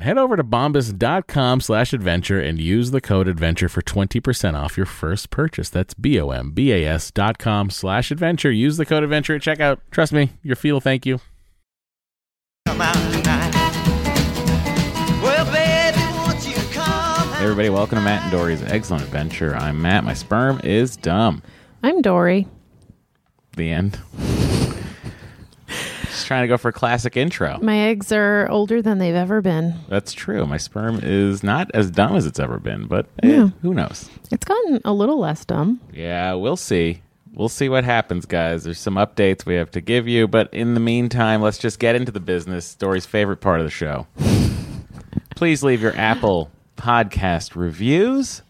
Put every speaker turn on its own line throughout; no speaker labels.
Head over to bombas.com slash adventure and use the code adventure for 20% off your first purchase. That's B O M B A S dot com slash adventure. Use the code adventure at checkout. Trust me, your feel thank you.
come out tonight. Well, baby, won't you come
Hey everybody, welcome to Matt and Dory's Excellent Adventure. I'm Matt. My sperm is dumb.
I'm Dory.
The end. Just trying to go for a classic intro.
My eggs are older than they've ever been.
That's true. My sperm is not as dumb as it's ever been, but eh,
Yeah.
who knows?
It's gotten a little less dumb.
Yeah, we'll see. We'll see what happens, guys. There's some updates we have to give you, but in the meantime, let's just get into the business. Dory's favorite part of the show. Please leave your Apple podcast reviews.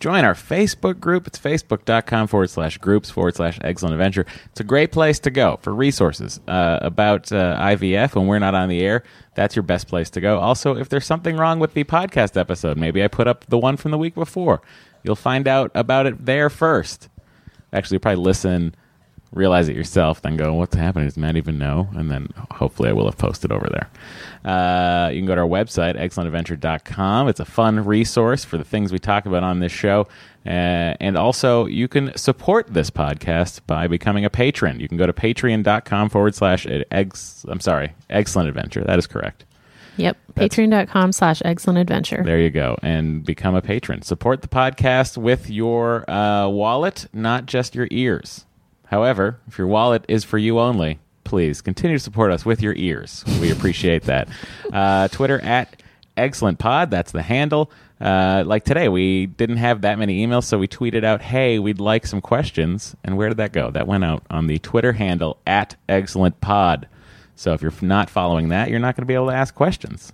Join our Facebook group. It's facebook.com forward slash groups forward slash excellent adventure. It's a great place to go for resources uh, about uh, IVF when we're not on the air. That's your best place to go. Also, if there's something wrong with the podcast episode, maybe I put up the one from the week before. You'll find out about it there first. Actually, you'll probably listen, realize it yourself, then go, what's happening? Does Matt even know? And then hopefully I will have posted over there. Uh, you can go to our website, excellentadventure.com. It's a fun resource for the things we talk about on this show. Uh, and also, you can support this podcast by becoming a patron. You can go to patreon.com forward slash ex. I'm sorry, excellent adventure. That is correct.
Yep. Patreon.com slash excellent adventure.
There you go. And become a patron. Support the podcast with your uh, wallet, not just your ears. However, if your wallet is for you only, please continue to support us with your ears. We appreciate that. Uh, Twitter at excellent pod. That's the handle. Uh, like today, we didn't have that many emails, so we tweeted out, "Hey, we'd like some questions." And where did that go? That went out on the Twitter handle at excellent pod. So if you're not following that, you're not going to be able to ask questions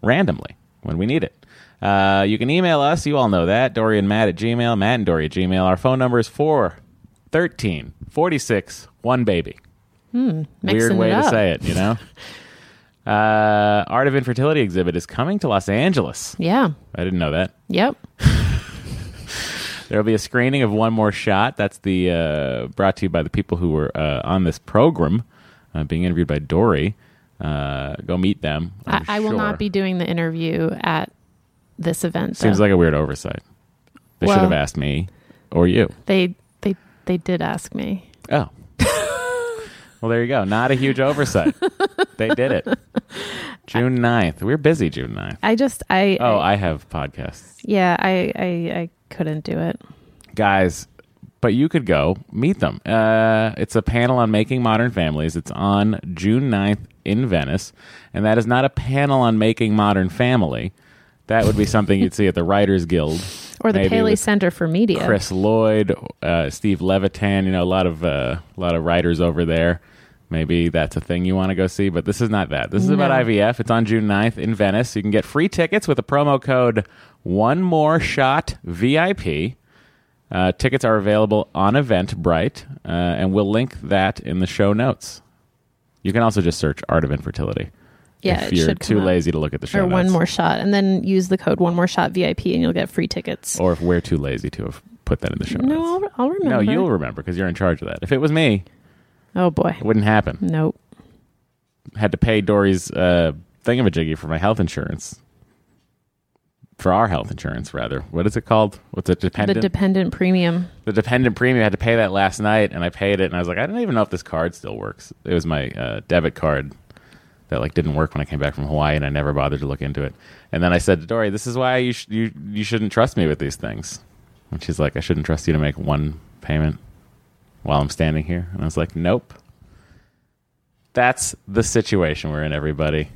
randomly when we need it. Uh, you can email us. You all know that. Dory and Matt at Gmail. Matt and Dory at Gmail. Our phone number is 413 46 1 baby. Weird
Mixing
way
it
to
up.
say it, you know? uh, Art of Infertility exhibit is coming to Los Angeles.
Yeah.
I didn't know that.
Yep.
There'll be a screening of One More Shot. That's the uh, brought to you by the people who were uh, on this program, uh, being interviewed by Dory. Uh, go meet them.
I,
I'm
I will
sure.
not be doing the interview at this event.
Seems
though.
like a weird oversight. They should
Well-
have asked me or you.
they they they did ask me.
Oh. well, there you go. Not a huge oversight. they did it. June 9th. We're busy June 9th.
I just I
Oh, I have podcasts.
yeah I I I couldn't do it.
Guys, but you could go meet them. Uh, it's a panel on making modern families. It's on June 9th in Venice. And that is not a panel on making modern family. That would be something you'd see at the Writers Guild.
Or the
Maybe
Paley
with
Center for Media.
Chris Lloyd, uh, Steve Levitan, you know, a lot of uh, a lot of writers over there. Maybe that's a thing you want to go see, but this is not that. This is about
No.
IVF. It's on June 9th in Venice. You can get free tickets with the promo code One More Shot VIP. Uh, tickets are available on Eventbrite, uh, and we'll link that in the show notes. You can also just search "Art of Infertility"
yeah,
if
it
you're
should
too
come up.
lazy to look at the show
Or
notes,
one more shot, and then use the code one more shot VIP, and you'll get free tickets.
or if we're too lazy to have put that in the Oh, show notes.
no, I'll, I'll remember.
No, you'll remember because you're in charge of that. If it was me,
Oh boy,
it wouldn't happen.
nope.
Had to pay Dory's uh, thingamajiggy for my health insurance. For our health insurance, rather. What is it called? What's it? Dependent?
The dependent premium.
the dependent premium. I had to pay that last night, and I paid it, and I was like, I don't even know if this card still works. It was my uh, debit card that like didn't work when I came back from Hawaii, and I never bothered to look into it. And then I said to Dory, "This is why you sh- you you shouldn't trust me with these things." And she's like, "I shouldn't trust you to make one payment while I'm standing here." And I was like, "Nope." That's the situation we're in, everybody.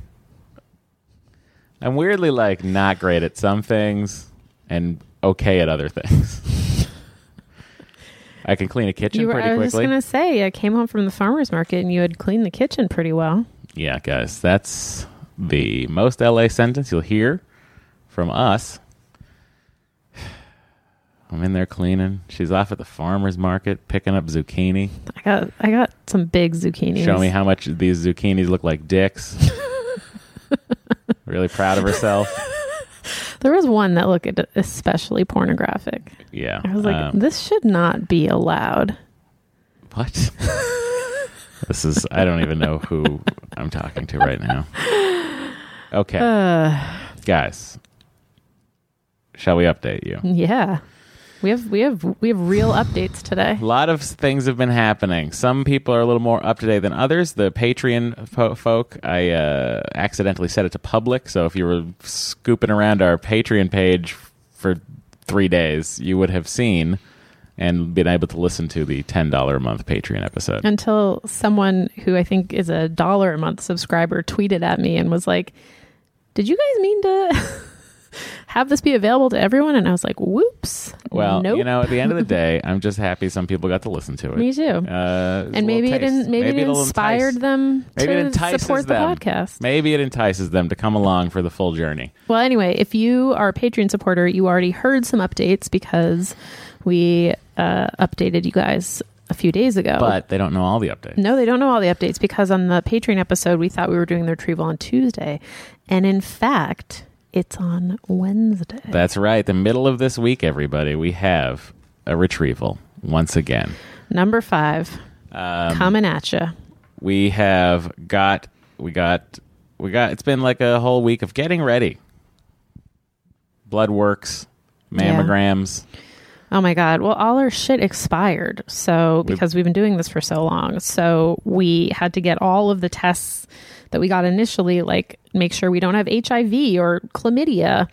I'm weirdly like not great at some things and okay at other things. I can clean a kitchen
You were,
pretty
I was just
quickly.
gonna say, I came home from the farmers market, and you had cleaned the kitchen pretty well.
Yeah, guys, that's the most LA sentence you'll hear from us. I'm in there cleaning. She's off at the farmer's market picking up zucchini.
I got I got some big zucchinis.
Show me how much these zucchinis look like dicks. really proud of herself.
There was one that looked especially pornographic.
Yeah.
I was like,
um,
this should not be allowed.
what? this is, I don't even know who I'm talking to right now. Okay.
Uh.
Guys, shall we update you?
Yeah, we have we have we have real updates today.
A lot of things have been happening. Some people are a little more up to date than others. The Patreon po- folk, I uh, accidentally set it to public. So if you were scooping around our Patreon page for three days, you would have seen and been able to listen to the $10 a month Patreon episode.
Until someone who I think is a dollar a month subscriber tweeted at me and was like, "Did you guys mean to have this be available to everyone?" And I was like, "Whoops."
well,
nope.
you know, at the end of the day, I'm just happy some people got to listen to it.
me too.
Uh, it's a little
and maybe it,
taste.
in, maybe, it
it'll entice-
inspired them
Maybe it
to
entices
support
them.
the podcast.
Maybe it entices them to come along for the full journey.
Well, anyway, if you are a Patreon supporter, you already heard some updates because we uh, updated you guys a few days ago.
But they don't know all the updates.
no, they don't know all the updates because on the Patreon episode, we thought we were doing the retrieval on Tuesday. And in fact, it's on Wednesday.
That's right. The middle of this week, everybody, we have a retrieval once again.
Number five,
Um,
coming at you.
We have got, we got, we got, it's been like a whole week of getting ready. Blood works, mammograms.
Oh my God. Well, all our shit expired. So, because we've been doing this for so long. So, we had to get all of the tests that we got initially, like make sure we don't have HIV or chlamydia.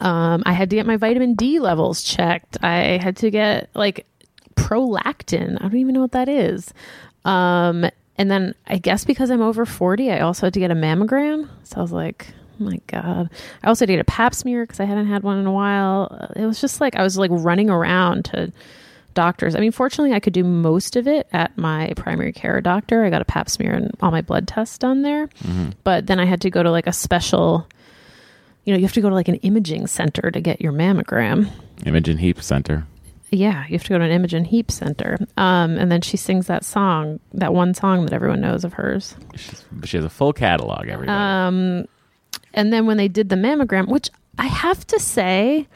Um, I had to get my vitamin D levels checked. I had to get like prolactin. I don't even know what that is. Um, and then I guess because I'm over 40, I also had to get a mammogram. So I was like, oh my God. I also did a pap smear because I hadn't had one in a while. It was just like I was like running around to doctors. I mean, fortunately, I could do most of it at my primary care doctor. I got a pap smear and all my blood tests done there. But then I had to go to like a special. You know, you have to go to like an imaging center to get your mammogram.
Imogen Heap Center.
Yeah, you have to go to an Imogen Heap Center. Um, and then she sings that song, that one song that everyone knows of hers.
She's, she has a full catalog, everybody.
Um, and then when they did the mammogram, which I have to say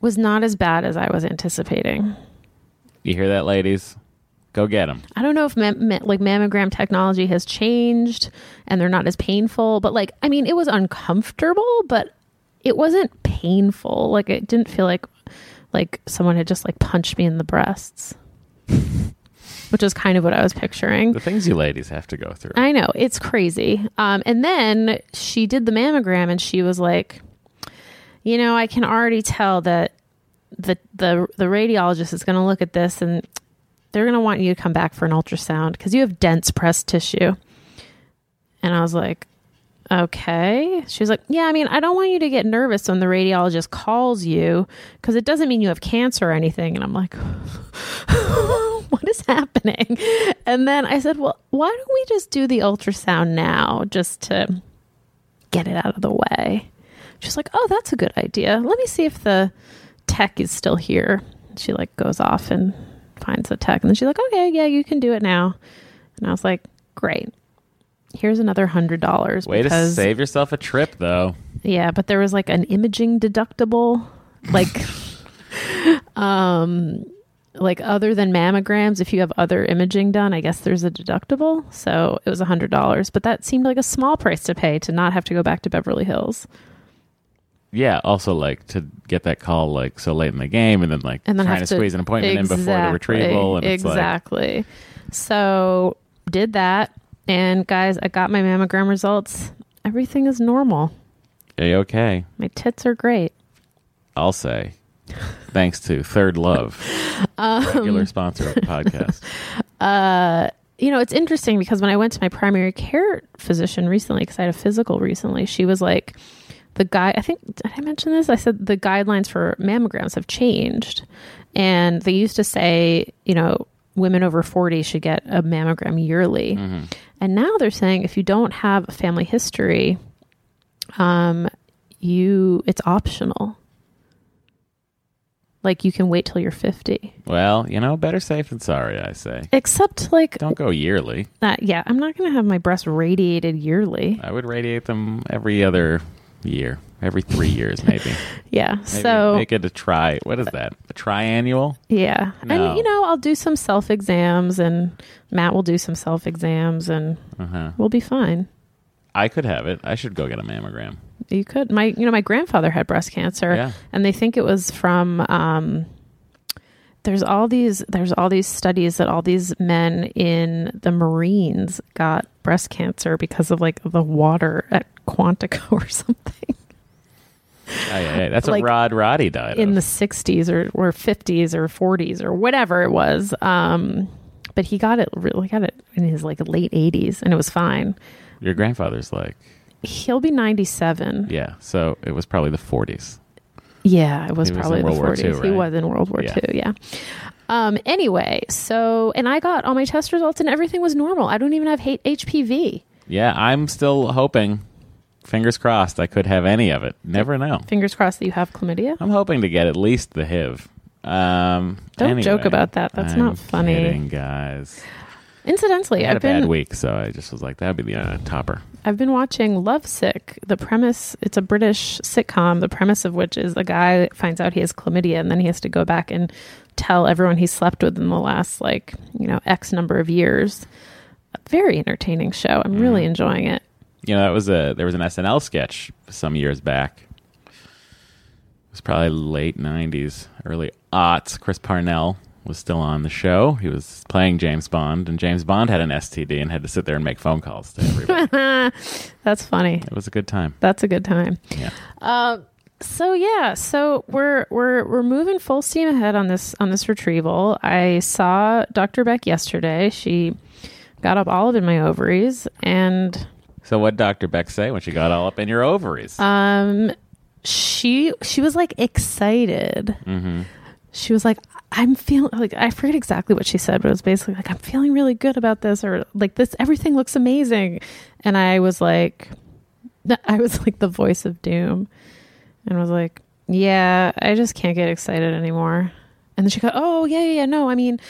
was not as bad as I was anticipating.
you hear that, ladies? Go get them.
I don't know if mam- ma- like mammogram technology has changed and they're not as painful, but like I mean, it was uncomfortable, but it wasn't painful. Like it didn't feel like like someone had just like punched me in the breasts, which is kind of what I was picturing.
The things you ladies have to go through.
I know it's crazy. Um, and then she did the mammogram, and she was like, you know, I can already tell that the the the radiologist is going to look at this and they're going to want you to come back for an ultrasound because you have dense pressed tissue. And I was like, okay. She was like, yeah, I mean, I don't want you to get nervous when the radiologist calls you because it doesn't mean you have cancer or anything. And I'm like, what is happening? And then I said, well, why don't we just do the ultrasound now just to get it out of the way? She's like, oh, that's a good idea. Let me see if the tech is still here. She like goes off and finds the tech, and then she's like, okay, yeah, you can do it now. And I was like, great. Here's another hundred dollars.
Way to save yourself a trip, though.
Yeah, but there was like an imaging deductible, like, um, like other than mammograms, if you have other imaging done, I guess there's a deductible. So it was a hundred dollars, but that seemed like a small price to pay to not have to go back to Beverly Hills.
Yeah, also like to get that call like so late in the game, and then like
and then
trying to
have
squeeze an appointment in before the
Exactly,
retrieval, and it's like
exactly. so did that, and guys, I got my mammogram results. Everything is normal.
"Hey, okay,
My tits are great.
I'll say. Thanks to Third Love,
Um,
regular sponsor of the podcast.
You know, it's interesting because when I went to my primary care physician recently, because I had a physical recently, she was like, the guy, I think, did I mention this? I said the guidelines for mammograms have changed. And they used to say, you know, women over 40 should get a mammogram yearly.
Mm-hmm.
And now they're saying if you don't have a family history, um, you, it's optional. Like you can wait till you're 50.
Well, you know, better safe than sorry, I say.
Except like
Don't go yearly.
that yeah i'm not going to have my breasts radiated yearly
I would radiate them every other year, every three years, maybe.
yeah
Maybe
so
make it a try. What is that? A triannual?
yeah
No.
and you know i'll do some self exams and matt will do some self exams and
Uh-huh.
we'll be fine
I could have it. I should go get a mammogram.
you could my you know my grandfather had breast cancer
Yeah.
and they think it was from um there's all these there's all these studies that all these men in the marines got breast cancer because of like the water at quantico or something
Aye, aye, aye. That's
Like,
what Rod Roddy died
in
of.
the 60s or, or 50s or 40s or whatever it was um but he got it really got it in his like late 80s and it was fine
Your grandfather's like,
he'll be 97
yeah. So it was probably the 40s.
yeah it was
He was in
probably
World
the
War
40s
II,
he
right?
was in world war
Yeah.
Two. ii yeah um anyway so and i got all my test results and everything was normal i don't even have hate hpv
Yeah, I'm still hoping. Fingers crossed, I could have any of it. Never know.
fingers crossed that you have chlamydia
I'm hoping to get at least the HIV. Um,
Don't
anyway,
joke about that. That's
I'm
not funny.
kidding, guys.
incidentally
I had
i've
a bad
been
week, so I just was like, that'd be the uh, topper.
I've been watching Lovesick. The premise, it's a British sitcom, the premise of which is a guy finds out he has chlamydia and then he has to go back and tell everyone he slept with in the last like, you know, X number of years. A very entertaining show. I'm really enjoying it.
You know, that was a there was an SNL sketch some years back. It was probably late '90s, early aughts. Chris Parnell was still on the show. He was playing James Bond, and James Bond had an STD and had to sit there and make phone calls to everybody.
That's funny.
it was a good time.
That's a good time.
Yeah.
So yeah, so we're we're we're moving full steam ahead on this on this retrieval. I saw Dr. Beck yesterday. She got up all up in my ovaries and
So what Dr. Beck say when she got all up in your ovaries?
um she she was like excited she was like i'm feeling like i forget exactly what she said but it was basically like i'm feeling really good about this or like this everything looks amazing and i was like i was like the voice of doom and was like yeah i just can't get excited anymore and then she go oh yeah yeah, yeah no i mean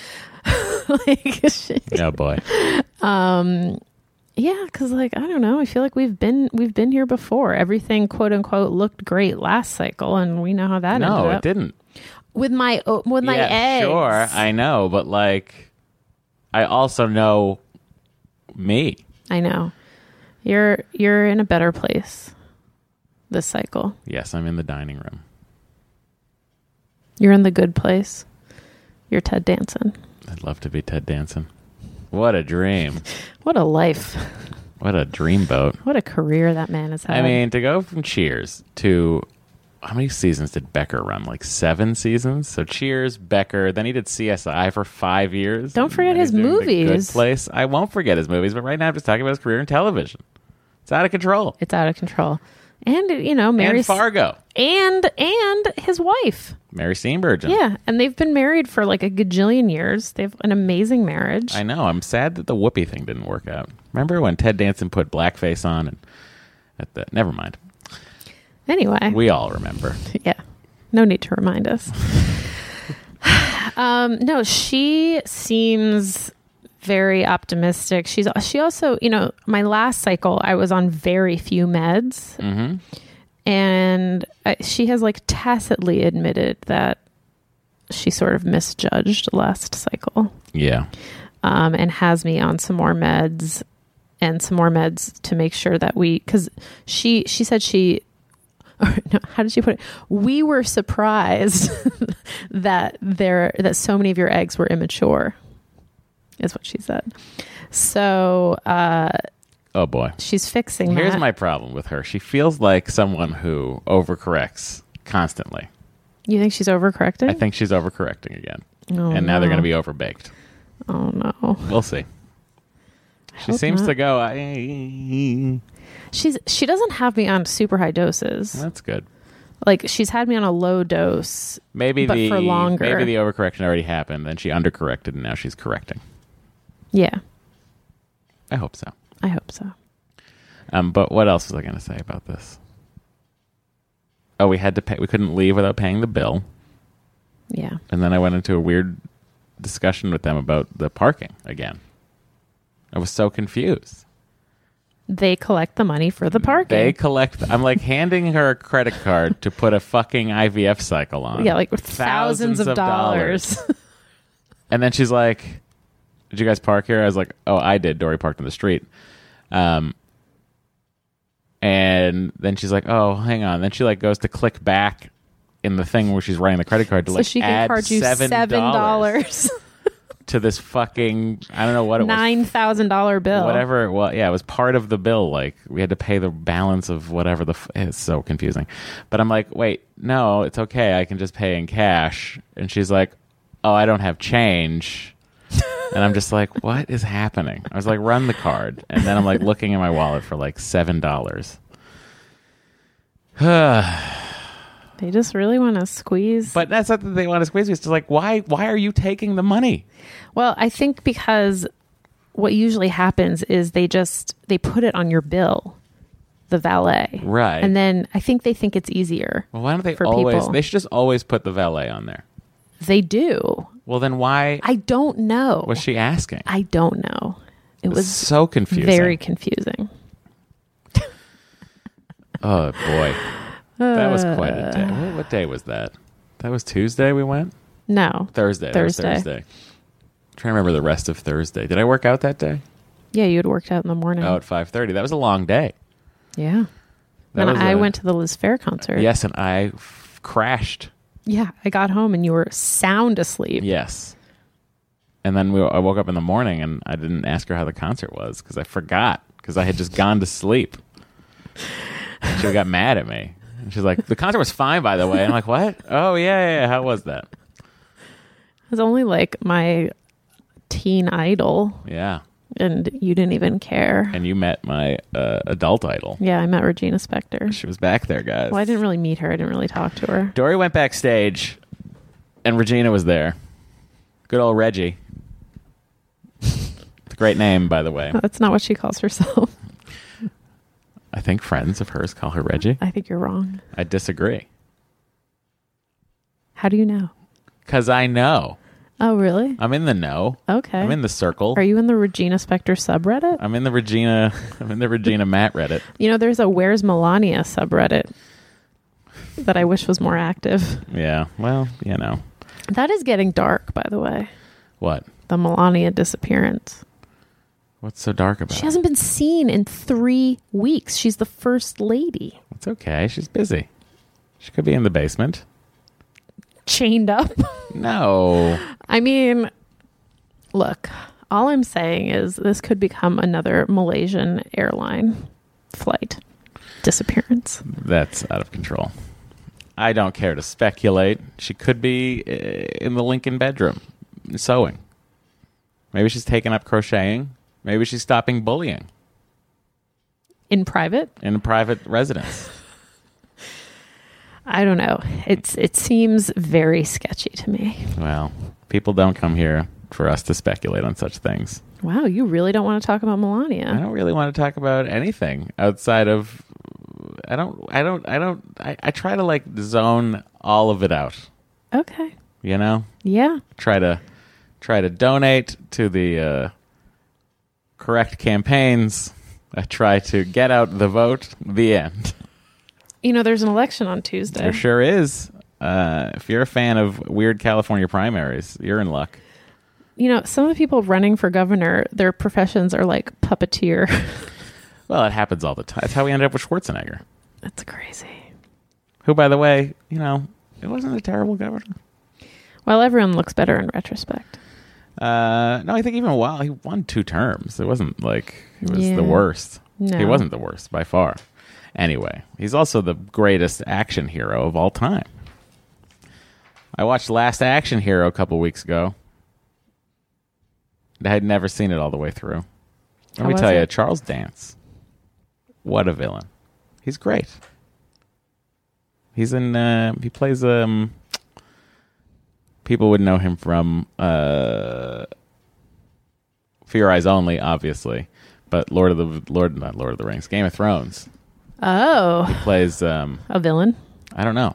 like she,
oh boy.
um yeah because like i don't know i feel like we've been we've been here before everything quote unquote looked great last cycle and we know how that
No,
ended
it
up.
didn't.
with my o- with my
yeah,
eggs
sure. I know, but like I also know me.
I know. You're you're in a better place this cycle.
Yes, I'm in the dining room.
You're in the good place. You're Ted Danson.
I'd love to be Ted Danson. What a dream.
What a life.
What a dreamboat.
What a career that man has had.
I mean, to go from Cheers to how many seasons did Becker run? Like seven seasons. So Cheers, Becker. Then he did CSI for five years.
Don't forget
Then he's
his
doing The Good
movies.
place. I won't forget his movies, but right now I'm just talking about his career in television. It's out of control.
it's out of control. And you know, Mary
and Fargo,
and and his wife.
Mary Steenburgen.
Yeah, and they've been married for like a gajillion years. They have an amazing marriage.
I know. I'm sad that the whoopee thing didn't work out. Remember when Ted Danson put blackface on and at the never mind.
anyway,
We all remember.
yeah, no need to remind us. um, no, she seems very optimistic. She's she also, you know, my last cycle I was on very few meds,
Mhm.
and I, she has like tacitly admitted that she sort of misjudged last cycle.
Yeah.
um, and has me on some more meds and some more meds to make sure that we because she she said she no, how did she put it we were surprised that there that so many of your eggs were immature is what she said so uh
Oh boy.
she's fixing
Here's
that.
my problem with her. She feels like someone who overcorrects constantly.
you think she's overcorrected
I think she's overcorrecting again.
oh,
and now they're going
no.
to be overbaked.
oh no
We'll see. She
hope
seems
not.
to go, I,
she's she doesn't have me on super high doses
that's good.
like she's had me on a low dose
Maybe
But
the
for longer.
maybe the overcorrection already happened, then she undercorrected and now she's correcting.
yeah
I hope so.
i hope so
Um, but what else was I going to say about this? Oh, we had to pay. We couldn't leave without paying the bill,
yeah
and then I went into a weird discussion with them about the parking again. I was so confused.
they collect the money for the parking.
They collect. I'm like handing her a credit card to put a fucking IVF cycle on.
yeah, like thousands, of, dollars.
And then she's like, "Did you guys park here?" I was like, "Oh, I did. Dory parked on the street." Um, and then she's like, "Oh, hang on." Then she like goes to click back in the thing where she's writing the credit card to
so
like
she can
add
charge you seven
dollars
dollars,
to this fucking I don't know what it
nine thousand dollar
was,
bill.
whatever it was. Yeah, it was part of the bill. Like we had to pay the balance of whatever the. F- it's so confusing. But I'm like, wait, no, it's okay. I can just pay in cash. And she's like, oh, I don't have change. and I'm just like, what is happening? I was like, run the card. And then I'm like looking in my wallet for like seven dollars.
They just really want to squeeze.
But that's not that they want to squeeze me. It's just like, why? Why are you taking the money?
well, I think because what usually happens is they just they put it on your bill, the valet,
Right.
and then I think they think it's easier.
Well, why don't they
For
always?
people.
They should just always put the valet on there.
They do.
Well, then why
I don't know.
was she asking?
I don't know. It was
so confusing.
very confusing.
Oh boy, that was quite a day. What, what day was that? That was Tuesday. We went
No.
Thursday. That was
Thursday.
Thursday. trying to remember the rest of Thursday. Did I work out that day?
Yeah, you had worked out in the morning.
Oh, at five thirty. That was a long day.
Yeah.
That
Then
was
I
a-
went to the Liz Fair concert.
Yes, and I f- crashed.
Yeah. I got home and you were sound asleep.
Yes. And then we, I woke up in the morning and I didn't ask her how the concert was because I forgot because I had just gone to sleep. She got mad at me. And She's like, "The concert was fine, by the way." I'm like, "What? Oh yeah, yeah. yeah. How was that?
It was only like my teen idol
Yeah."
and you didn't even care.
and you met my uh, adult idol.
Yeah. I met Regina Spektor.
She was back there, guys.
Well, I didn't really meet her. I didn't really talk to her.
Dory went backstage, and Regina was there. Good old Reggie. It's a great name, by the way.
That's not what she calls herself.
I think friends of hers call her Reggie.
I think you're wrong.
I disagree
How do you know?
because I know
Oh, really?
I'm in the know.
Okay.
Uh, I'm in the Uh, circle.
Are you in the Regina Spektor subreddit?
I'm in the Regina. I'm in the Regina Matt Reddit.
You know, there's a Where's Melania subreddit that I wish was more active.
Yeah. Well, you know
That is getting dark, by the way.
what?
the Melania disappearance.
What's so dark about
She hasn't been seen in three weeks. She's the first lady
it? It's okay. She's busy. She could be in the basement.
chained up.
No.
I mean, look, all I'm saying is this could become another Malaysian airline flight disappearance.
That's out of control. I don't care to speculate. She could be uh, in the Lincoln bedroom sewing. Maybe she's taken up crocheting. Maybe she's stopping bullying
In private,
in a private residence.
I don't know. It's it seems very sketchy to me.
well, people don't come here for us to speculate on such things.
Wow, you really don't want to talk about
I
Melania.
don't really want to talk about anything outside of I don't I don't I don't I, I try to like zone all of it out,
Okay.
you know?
Yeah.
try to try to donate to the uh, correct campaigns. I try to get out the vote. The end.
You know, there's an election on Tuesday.
There sure is. Uh, if you're a fan of weird California primaries, you're in luck.
You know, some of the people running for governor, their professions are like puppeteer.
Well, it happens all the time. That's how we ended up with Schwarzenegger,
That's crazy.
who, by the way, you know, it wasn't a terrible governor.
Well, everyone looks better in retrospect.
Uh, no, I think even while he won two terms, it wasn't like he was
Yeah.
the worst.
No.
He wasn't the worst by far. Anyway, he's also the greatest action hero of all time. I watched Last Action Hero a couple weeks ago. I had never seen it all the way through. Let
How
me
was
tell you,
it?
Charles Dance. What a villain. He's great. He's in uh, he plays um people would know him from uh Fear Eyes Only, obviously, but Lord of the Lord not Lord of the Rings, Game of Thrones.
Oh,
Plays um
a villain.
I don't know.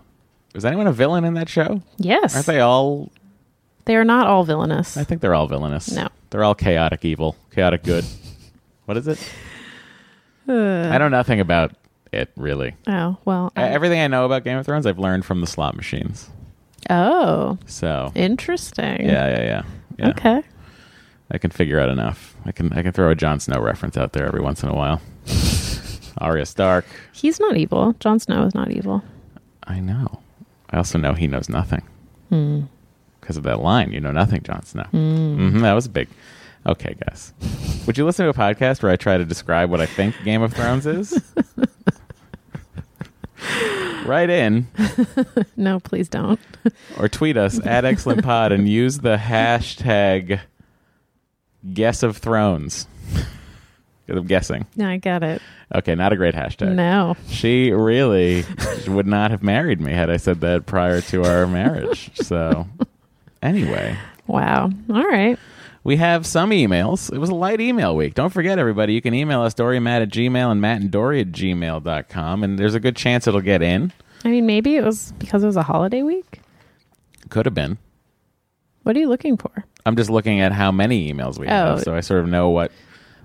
Is anyone a villain in that show?
Yes.
Aren't they all
They are not all villainous.
I think they're all villainous.
No.
They're all chaotic evil, chaotic good. what is it?
Uh.
I know nothing about it really.
Oh, well.
Uh,
I-
Everything I know about Game of Thrones, I've learned from the slot machines.
oh,
So
interesting.
yeah, yeah, yeah. yeah.
Okay.
I can figure out enough. I can I can throw a Jon Snow reference out there every once in a while. Arya Stark.
He's not evil. Jon Snow is not evil.
I know. I also know he knows nothing because of that line. You know nothing, Jon Snow. hmm that was big. Okay, guys. Would you listen to a podcast where I try to describe what I think Game of Thrones is? Write in
No, please don't.
or tweet us at excellentpod and use the hashtag guess of thrones. 'Cause I'm guessing.
No, I get it.
Okay, not a great hashtag.
No.
She really would not have married me had I said that prior to our marriage. So, anyway,
Wow. All right.
we have some emails. It was a light email week. Don't forget, everybody, you can email us, Dory Matt at Gmail and Matt and Dory at gmail.com. And there's a good chance it'll get in.
I mean, maybe it was because it was a holiday week.
Could have been.
What are you looking for?
I'm just looking at how many emails we have.
Oh.
So, I sort of know what.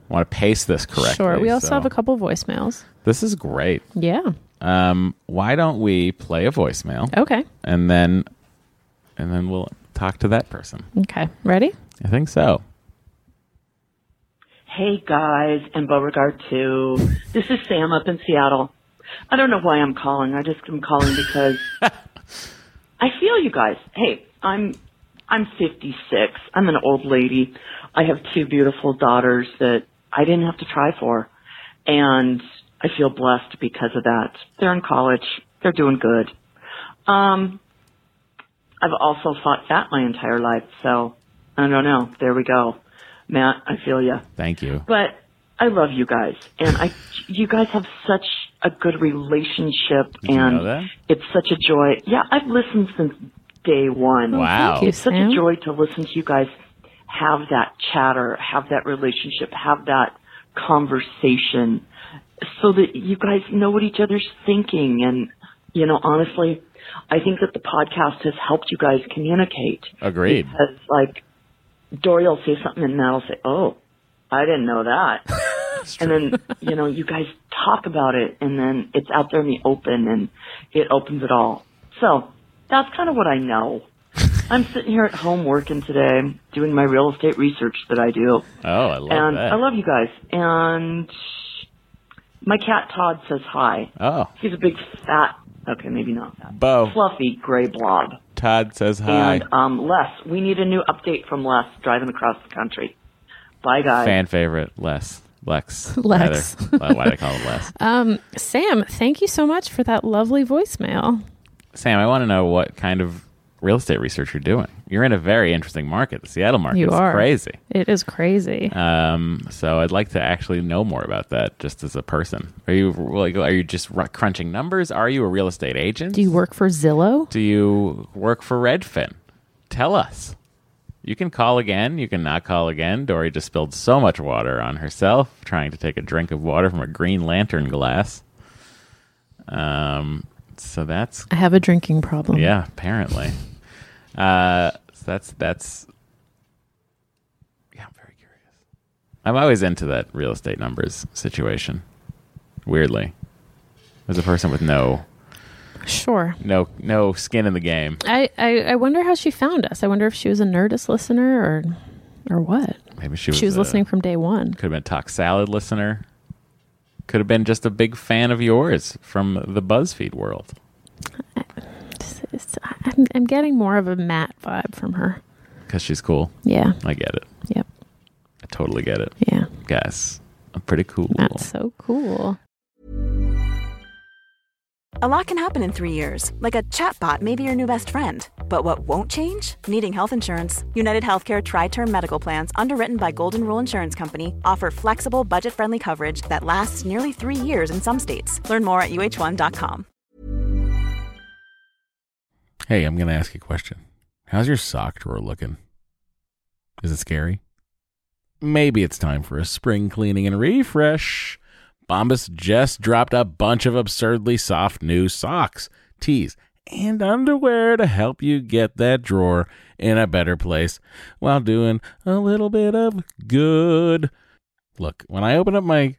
I want to pace this correctly.
Sure. We also
so-
have a couple voicemails.
This is great.
Yeah.
Um, why don't we play a voicemail
Okay.
and then and then we'll talk to that person.
Okay. Ready?
I think so.
Hey guys, and Beauregard too. This is Sam up in Seattle. I don't know why I'm calling. I just am calling because I feel you guys. Hey, I'm I'm 56. I'm an old lady. I have two beautiful daughters that I didn't have to try for, and I feel blessed because of that. They're in college. They're doing good. Um, I've also fought fat my entire life, so I don't know. There we go, Matt. I feel you.
Thank you.
But I love you guys, and I, you guys have such a good relationship,
you
and
know that?
it's such a joy. Yeah, I've listened since day one.
Wow.
Thank you,
It's such
Sam.
a joy to listen to you guys have that chatter, have that relationship, have that conversation, so that you guys know what each other's thinking. And you know, honestly, I think that the podcast has helped you guys communicate
Agreed.
because like Dory will say something and Matt will say, "Oh, I didn't know that," and then you know you guys talk about it, and then it's out there in the open, and it opens it all. So that's kind of what I know. I'm sitting here at home working today, doing my real estate research that I do.
Oh, I love
and
that.
I love you guys. And my cat Todd says hi.
oh,
He's a big fat, okay, maybe not fat,
Bo.
fluffy gray blob.
Todd says hi.
And um, Les, we need a new update from Les driving across the country. Bye, guys.
Fan favorite, Les. Lex.
Lex. Uh,
rather. Why did I call him Les?
Sam, thank you so much for that lovely voicemail.
Sam, I want to know what kind of real estate research you're doing. You're in a very interesting market. The Seattle market
You
is
are.
crazy.
It is crazy.
Um, so I'd like to actually know more about that, just as a person. Are you like, are you just ru- crunching numbers? Are you a real estate agent?
Do you work for Zillow?
Do you work for Redfin? Tell us. You can call again. You can not call again. Dory just spilled so much water on herself, trying to take a drink of water from a green lantern glass. Um, so that's
I have a drinking problem.
yeah, apparently. Uh, so that's that's. Yeah, I'm very curious. I'm always into that real estate numbers situation. Weirdly, as a person with no
Sure.
no no skin in the game,
I, I, I wonder how she found us. I wonder if she was a Nerdist listener or or what.
maybe she was
She was
a-
listening from day one.
Could have been a talk salad listener. Could have been just a big fan of yours from the BuzzFeed world.
It's- it's- I'm, I'm getting more of a Matt vibe from her.
Because she's cool.
Yeah.
I get it.
Yep.
I totally get it.
Yeah.
Guys, I'm pretty cool.
That's so cool.
A lot can happen in three years, like a chatbot may be your new best friend. But what won't change? Needing health insurance. United Healthcare Tri Term Medical Plans, underwritten by Golden Rule Insurance Company, offer flexible, budget friendly coverage that lasts nearly three years in some states. Learn more at uh1.com.
Hey, I'm going to ask you a question. How's your sock drawer looking? Is it scary? Maybe it's time for a spring cleaning and refresh. Bombas just dropped a bunch of absurdly soft new socks, tees, and underwear to help you get that drawer in a better place while doing a little bit of good. Look, when I open up my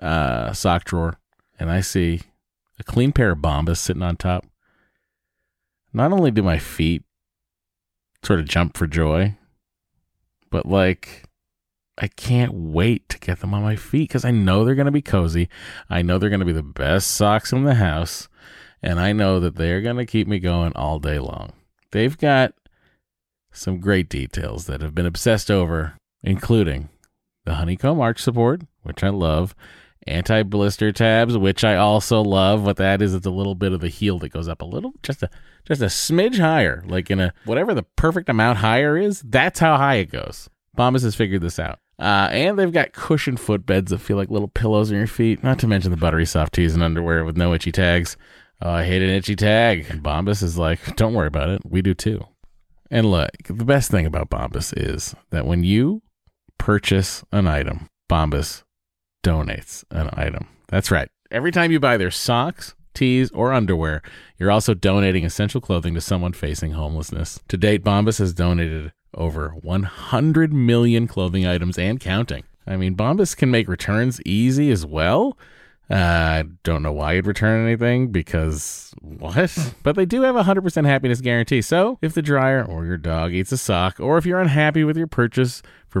uh, sock drawer and I see a clean pair of Bombas sitting on top, not only do my feet sort of jump for joy, but like I can't wait to get them on my feet because I know they're going to be cozy. I know they're going to be the best socks in the house. And I know that they're going to keep me going all day long. They've got some great details that have been obsessed over, including the honeycomb arch support, which I love, anti blister tabs, which I also love. What that is, it's a little bit of the heel that goes up a little, just a just a smidge higher, like in a whatever the perfect amount higher is. That's how high it goes. Bombas has figured this out. Uh, and they've got cushioned footbeds that feel like little pillows on your feet. Not to mention the buttery soft tees and underwear with no itchy tags. Oh, I hate an itchy tag. And Bombas is like, don't worry about it. We do too. And look, the best thing about Bombas is that when you purchase an item, Bombas donates an item. That's right. Every time you buy their socks, tees, or underwear, you're also donating essential clothing to someone facing homelessness. To date, Bombas has donated over 100 million clothing items and counting. I mean, Bombas can make returns easy as well. Uh, I don't know why you'd return anything because what? But they do have a 100% happiness guarantee. So if the dryer or your dog eats a sock, or if you're unhappy with your purchase for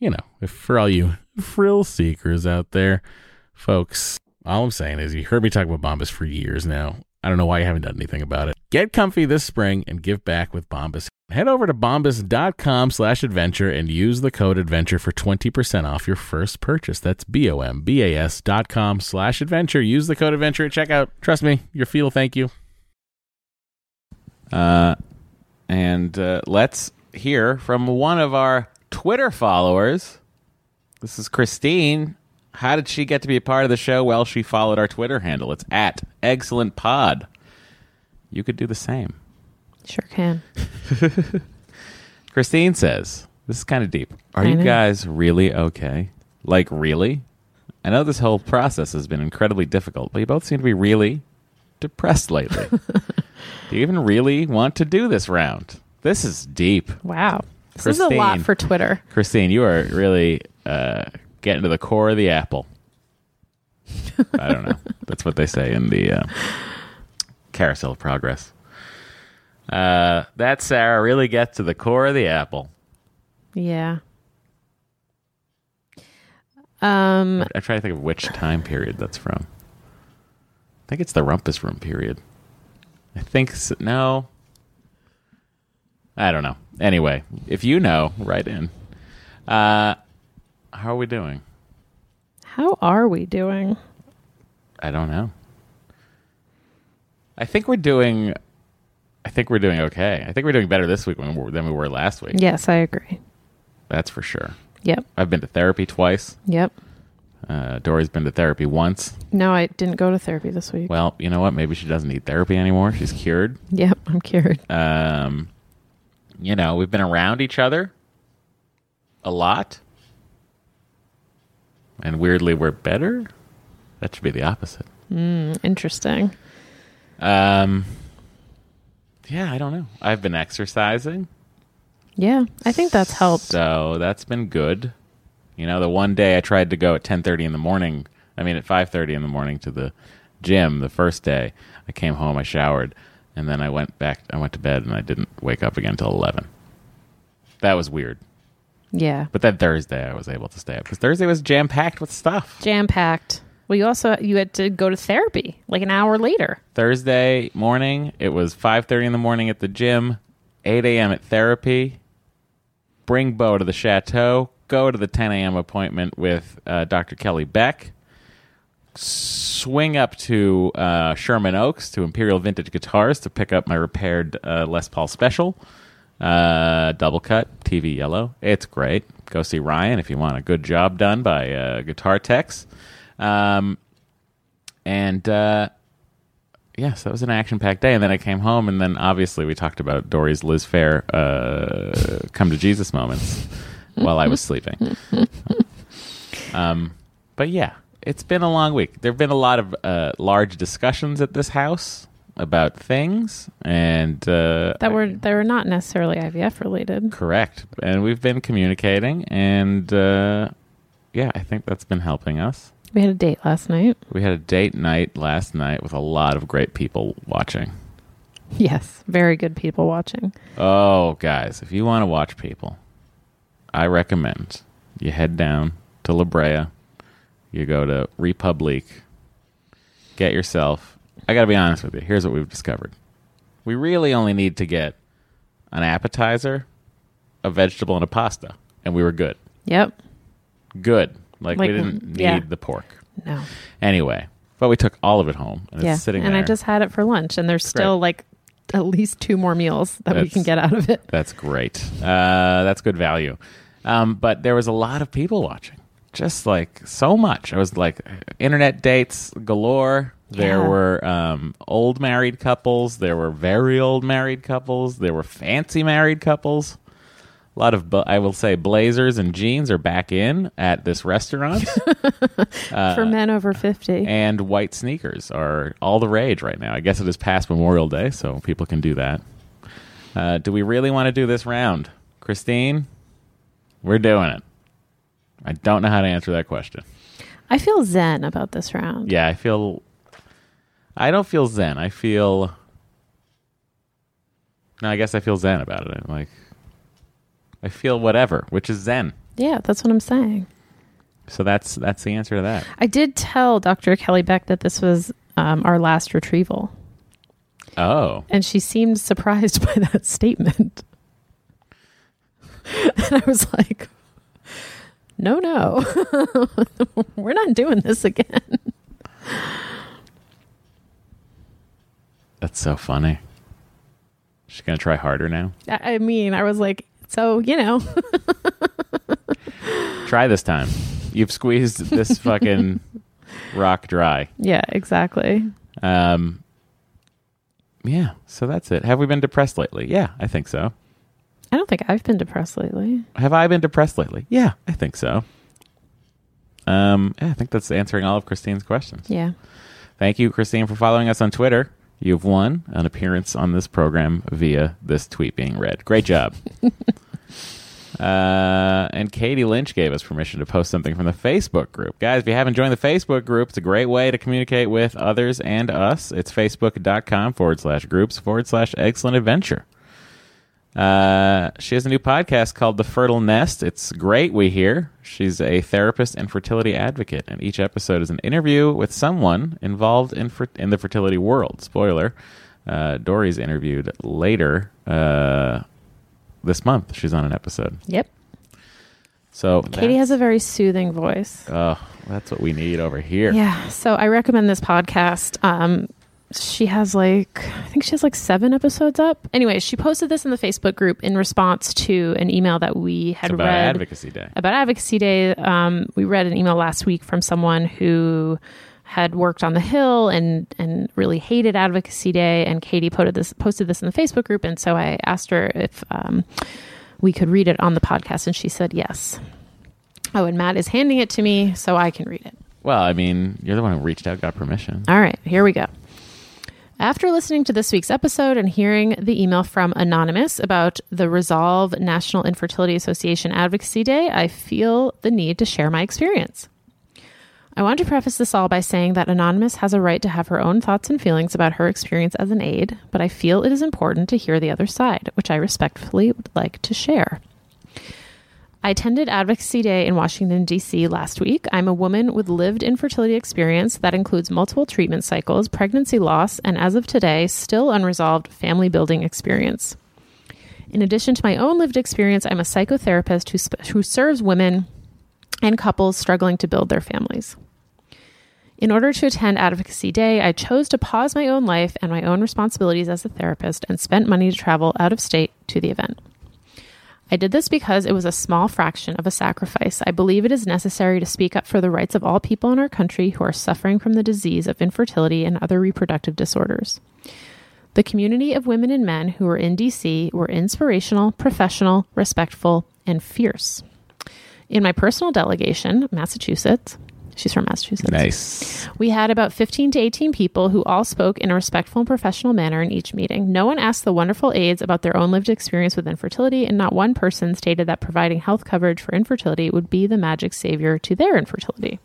You know, if for all you frill seekers out there, folks, all I'm saying is you heard me talk about Bombas for years now. I don't know why you haven't done anything about it. Get comfy this spring and give back with Bombas. Head over to bombas.com slash adventure and use the code adventure for 20% off your first purchase. That's B O M B A S dot com slash adventure. Use the code adventure at checkout. Trust me, your feel thank you.
Uh, and uh, let's hear from one of our Twitter followers. This is Christine. How did she get to be a part of the show? Well, she followed our Twitter handle. It's at Excellent Pod. You could do the same.
Sure can.
Christine says, This is kind of deep. Are
I
you
know.
guys really okay? Like, really? I know this whole process has been incredibly difficult, but you both seem to be really depressed lately. Do you even really want to do this round? This is deep.
Wow. This is a lot
Christine.
for Twitter.
Christine, you are really uh, getting to the core of the apple. I don't know. That's what they say in the uh, carousel of progress. Uh, that Sarah really gets to the core of the apple.
Yeah. Um,
I try to think of which time period that's from. I think it's the rumpus room period. I think s no. I don't know. Anyway, if you know, write in. Uh, how are we doing?
how are we doing?
I don't know. I think we're doing. I think we're doing okay. I think we're doing better this week than we were- than we were last week.
Yes, I agree.
That's for sure.
Yep.
I've been to therapy twice.
Yep.
Uh, Dory's been to therapy once.
No, I didn't go to therapy this week.
Well, you know what? Maybe she doesn't need therapy anymore. She's cured.
Yep, I'm cured.
Um, you know, we've been around each other a lot, and weirdly, we're better. That should be the opposite.
Interesting.
Um, yeah, I don't know. I've been exercising.
Yeah, I think that's helped.
So that's been good. You know, the one day I tried to go at ten thirty in the morning. I mean, at five thirty in the morning to the gym. The first day, I came home, I showered, and then I went back. I went to bed, and I didn't wake up again until eleven. That was weird.
Yeah.
But then Thursday, I was able to stay up because Thursday was jam packed with stuff.
Jam packed. Well, you also you had to go to therapy like an hour later.
Thursday morning, it was five thirty in the morning at the gym, eight a.m. at therapy. Bring Bo to the chateau. Go to the ten a.m. appointment with uh, Dr. Kelly Beck. Swing up to uh, Sherman Oaks to Imperial Vintage Guitars to pick up my repaired uh, Les Paul Special. Uh, double cut, TV yellow. It's great. Go see Ryan if you want a good job done by uh, Guitar Techs. Um, and uh, yes, that was an action packed day. And then I came home, and then obviously we talked about Dory's Liz Fair uh, come to Jesus moments while I was sleeping. um, but yeah, it's been a long week. There have been a lot of uh, large discussions at this house about things, and uh,
That were they were not necessarily IVF related.
Correct. And we've been communicating, and uh, yeah, I think that's been helping us.
We had a date last night.
We had a date night last night with a lot of great people watching.
Yes, very good people watching.
Oh, guys, if you want to watch people, I recommend you head down to La Brea, you go to Republique, get yourself. I got to be honest with you. Here's what we've discovered we really only need to get an appetizer, a vegetable, and a pasta, and we were good.
Yep.
good. Like,
Like,
we didn't need
yeah.
the pork.
No.
Anyway, but we took all of it home and
yeah.
it's sitting
and
there.
I just had it for lunch, and there's still like at least two more meals that we
That's-
can get out of it.
That's great. Uh, that's good value. Um, but there was a lot of people watching, just like so much. I was like, internet dates galore. There
Yeah.
were um, old married couples. There were very old married couples. There were fancy married couples. A lot of, bu- I will say, blazers and jeans are back in at this restaurant.
for men over 50.
uh, and white sneakers are all the rage right now. I guess it is past Memorial Day, so people can do that. Uh, do we really want to do this round, Christine? We're doing it. I don't know how to answer that question.
I feel zen about this round.
Yeah, I feel. I don't feel zen. I feel. No, I guess I feel zen about it. I'm like, I feel whatever, which is zen.
Yeah, that's what I'm saying.
So that's that's the answer to that.
I did tell Dr. Kelly Beck that this was um, our last retrieval,
Oh,
and she seemed surprised by that statement. and I was like, no, no, we're not doing this again.
that's so funny. She's gonna try harder now.
I I mean, I was like, so, you know,
Try this time. You've squeezed this fucking rock dry.
yeah, exactly.
Um, yeah, so that's it. Have we been depressed lately? Yeah, I think so.
I don't think I've been depressed lately.
Have I been depressed lately? Yeah, I think so. Um, yeah, I think that's answering all of Christine's questions.
Yeah.
Thank you, Christine, for following us on Twitter. You've won an appearance on this program via this tweet being read. Great job. uh, and Katie Lynch gave us permission to post something from the Facebook group. Guys, if you haven't joined the Facebook group, it's a great way to communicate with others and us. It's facebook.com forward slash groups forward slash excellent adventure. Uh, she has a new podcast called The Fertile Nest. It's great, we hear. She's a therapist and fertility advocate, and each episode is an interview with someone involved in, fer- in the fertility world. Spoiler uh, Dory's interviewed later uh, this month. She's on an episode.
Yep.
So,
Katie
that's-
has a very soothing voice.
Oh, that's what we need over here.
Yeah. So I recommend this podcast. Um, she has like, I think she has like seven episodes up. Anyway, she posted this in the Facebook group in response to an email that we had
It's about
read
Advocacy Day.
about Advocacy Day. Um, we read an email last week from someone who had worked on the Hill and and really hated Advocacy Day. And Katie posted this posted this in the Facebook group, and so I asked her if um, we could read it on the podcast, and she said yes. Oh, and Matt is handing it to me so I can read it.
Well, I mean, you're the one who reached out, got permission.
All right, here we go. After listening to this week's episode and hearing the email from Anonymous about the Resolve National Infertility Association Advocacy Day, I feel the need to share my experience. I want to preface this all by saying that Anonymous has a right to have her own thoughts and feelings about her experience as an aide, but I feel it is important to hear the other side, which I respectfully would like to share. I attended Advocacy Day in Washington, D.C. last week. I'm a woman with lived infertility experience that includes multiple treatment cycles, pregnancy loss, and as of today, still unresolved family building experience. In addition to my own lived experience, I'm a psychotherapist who, sp- who serves women and couples struggling to build their families. In order to attend Advocacy Day, I chose to pause my own life and my own responsibilities as a therapist and spent money to travel out of state to the event. I did this because it was a small fraction of a sacrifice. I believe it is necessary to speak up for the rights of all people in our country who are suffering from the disease of infertility and other reproductive disorders. The community of women and men who were in DC were inspirational, professional, respectful, and fierce. In my personal delegation, Massachusetts, she's from Massachusetts.
Nice.
We had about 15 to 18 people who all spoke in a respectful and professional manner in each meeting. No one asked the wonderful aides about their own lived experience with infertility, and not one person stated that providing health coverage for infertility would be the magic savior to their infertility.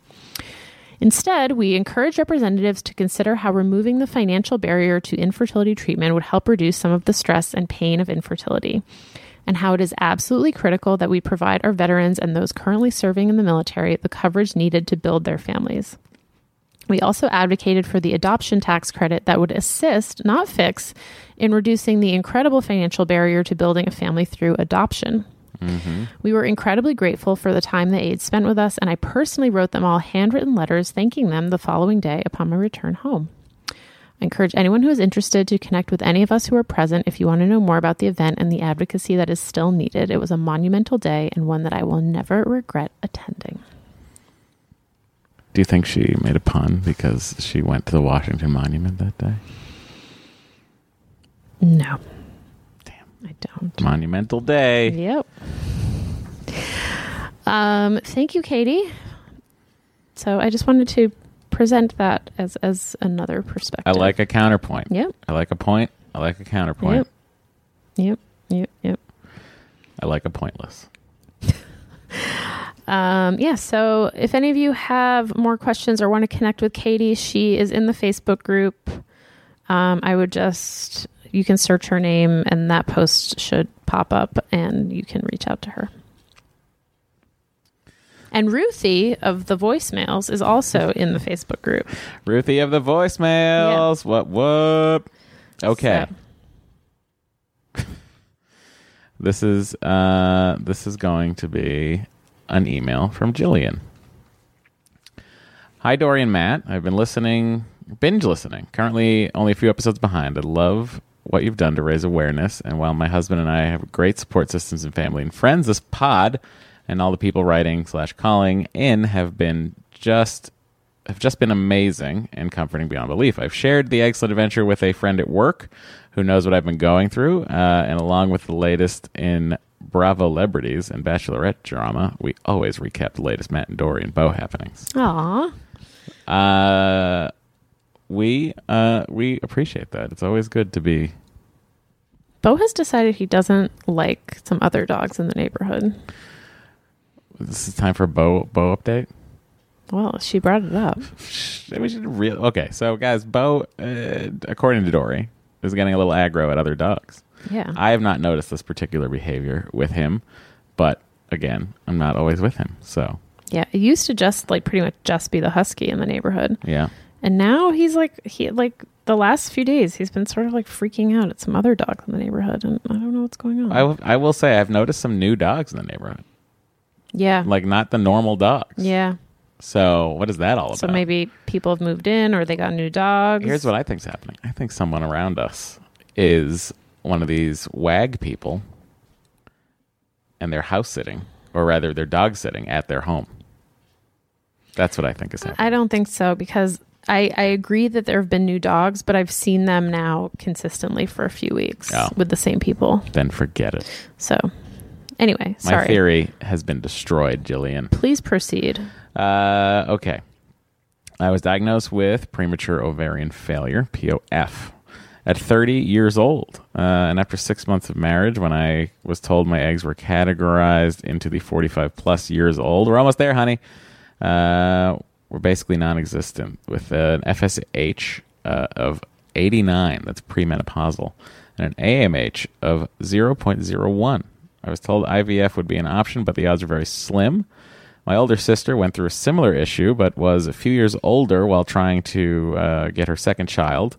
Instead, we encourage representatives to consider how removing the financial barrier to infertility treatment would help reduce some of the stress and pain of infertility, and how it is absolutely critical that we provide our veterans and those currently serving in the military the coverage needed to build their families. We also advocated for the adoption tax credit that would assist, not fix, in reducing the incredible financial barrier to building a family through adoption. We were incredibly grateful for the time the aides spent with us, and I personally wrote them all handwritten letters thanking them the following day upon my return home. I encourage anyone who is interested to connect with any of us who are present if you want to know more about the event and the advocacy that is still needed. It was a monumental day and one that I will never regret attending.
Do you think she made a pun because she went to the Washington Monument that day?
No.
Damn.
I don't.
Monumental Day.
Yep. Um, thank you, Katie. So I just wanted to present that as as another perspective.
I like a counterpoint.
Yep.
I like a point. I like a counterpoint.
Yep. Yep. Yep. Yep.
I like a pointless.
Um, yeah. So if any of you have more questions or want to connect with Katie, she is in the Facebook group. Um, I would just you can search her name, and that post should pop up, and you can reach out to her. And Ruthie of the voicemails is also in the Facebook group.
Ruthie of the voicemails. What whoop. Okay.
So-
This is uh this is going to be an email from Jillian. Hi Dory and Matt. I've been listening, binge listening. Currently only a few episodes behind. I love what you've done to raise awareness and while my husband and I have great support systems and family and friends, this pod and all the people writing slash calling in have been just have just been amazing and comforting beyond belief. I've shared the excellent adventure with a friend at work who knows what I've been going through, uh, and along with the latest in Bravo Celebrities and Bachelorette drama, we always recap the latest Matt and Dory and Bo happenings.
Aw.
Uh, we uh, we appreciate that. It's always good to be
Bo has decided he doesn't like some other dogs in the neighborhood.
This is time for Bo Bo update.
Well, she brought it up.
Maybe we should real okay. So guys, Bo, uh, according to Dory, is getting a little aggro at other dogs.
Yeah.
I have not noticed this particular behavior with him, but again, I'm not always with him. So
yeah. It used to just like pretty much just be the husky in the neighborhood.
yeah,
And now he's like he like the last few days he's been sort of like freaking out at some other dogs in the neighborhood and I don't know what's going on.
I w- I will say I've noticed some new dogs in the neighborhood,
yeah.
like not the normal dogs.
yeah.
So what is that all about?
So maybe people have moved in or they got new dogs.
Here's what I think's happening. I think someone around us is one of these wag people, and they're house sitting, or rather, they're dog sitting at their home. That's what I think is happening.
I don't think so because I, I agree that there have been new dogs, but I've seen them now consistently for a few weeks
Oh.
with the same people.
then forget it.
So anyway,
My
sorry.
theory has been destroyed, Jillian.
Please proceed.
Uh, okay. I was diagnosed with premature ovarian failure, POF, at 30 years old. Uh, and after six months of marriage, when I was told my eggs were categorized into the 45 plus years old, we're almost there, honey. Uh, we're basically non existent with an FSH uh, of 89, that's premenopausal, and an AMH of 0.01. I was told IVF would be an option, but the odds are very slim. My older sister went through a similar issue, but was a few years older while trying to uh, get her second child.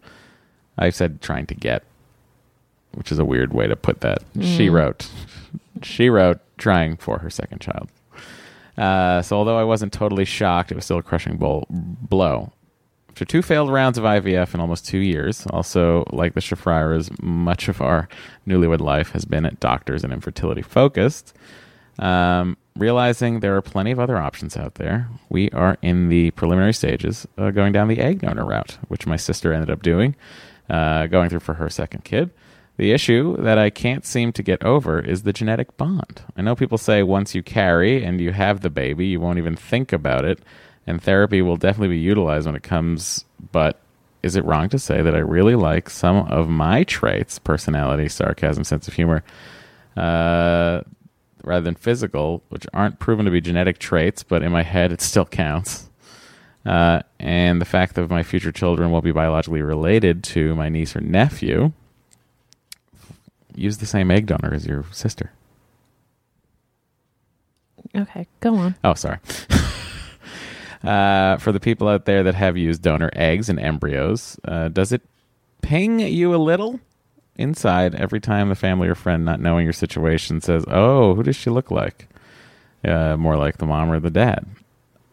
I said trying to get, which is a weird way to put that. She wrote, she wrote trying for her second child. Uh, so although I wasn't totally shocked, it was still a crushing bol- blow. After two failed rounds of IVF in almost two years, also like the Shafriras, much of our newlywed life has been at doctors and infertility focused. Um, realizing there are plenty of other options out there, we are in the preliminary stages uh, going down the egg donor route, which my sister ended up doing, uh, going through for her second kid. The issue that I can't seem to get over is the genetic bond. I know people say once you carry and you have the baby, you won't even think about it, and therapy will definitely be utilized when it comes, but is it wrong to say that I really like some of my traits personality, sarcasm, sense of humor? Uh, rather than physical, which aren't proven to be genetic traits, but in my head it still counts. Uh, and the fact that my future children will be biologically related to my niece or nephew. Use the same egg donor as your sister.
Okay, go on.
Oh, sorry. uh, for the people out there that have used donor eggs and embryos, uh, does it ping you a little inside every time the family or friend not knowing your situation says, Oh, who does she look like? Uh, more like the mom or the dad.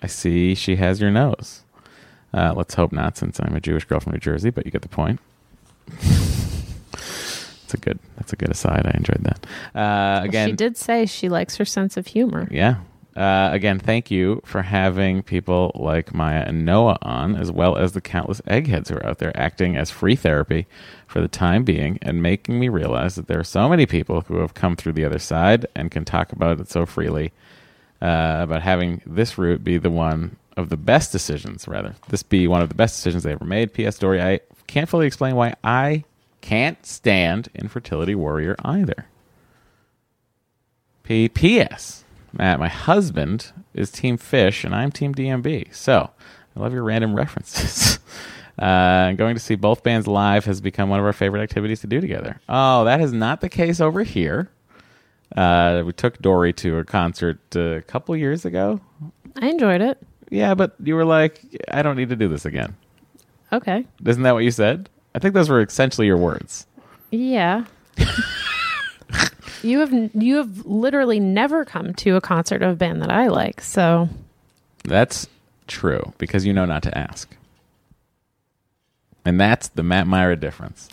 I see she has your nose. Uh, let's hope not, since I'm a Jewish girl from New Jersey, but you get the point. That's a good. That's a good aside. I enjoyed that. Uh, again,
she did say she likes her sense of humor.
yeah. Uh, again, thank you for having people like Maya and Noah on, as well as the countless eggheads who are out there acting as free therapy for the time being and making me realize that there are so many people who have come through the other side and can talk about it so freely. Uh, about having this route be the one of the best decisions, rather, this be one of the best decisions they ever made. P.S. Dory, I can't fully explain why I can't stand Infertility Warrior either. P- P.S. Matt, my husband is Team Fish, and I'm Team DMB. So I love your random references. uh, going to see both bands live has become one of our favorite activities to do together. Oh, that is not the case over here. Uh, we took Dory to a concert uh, a couple years ago.
I enjoyed it.
Yeah, but you were like, I don't need to do this again.
Okay.
Isn't that what you said? I think those were essentially your words.
Yeah. you have you have literally never come to a concert of a band that I like. So
That's true because you know not to ask. And that's the Matt Myra difference.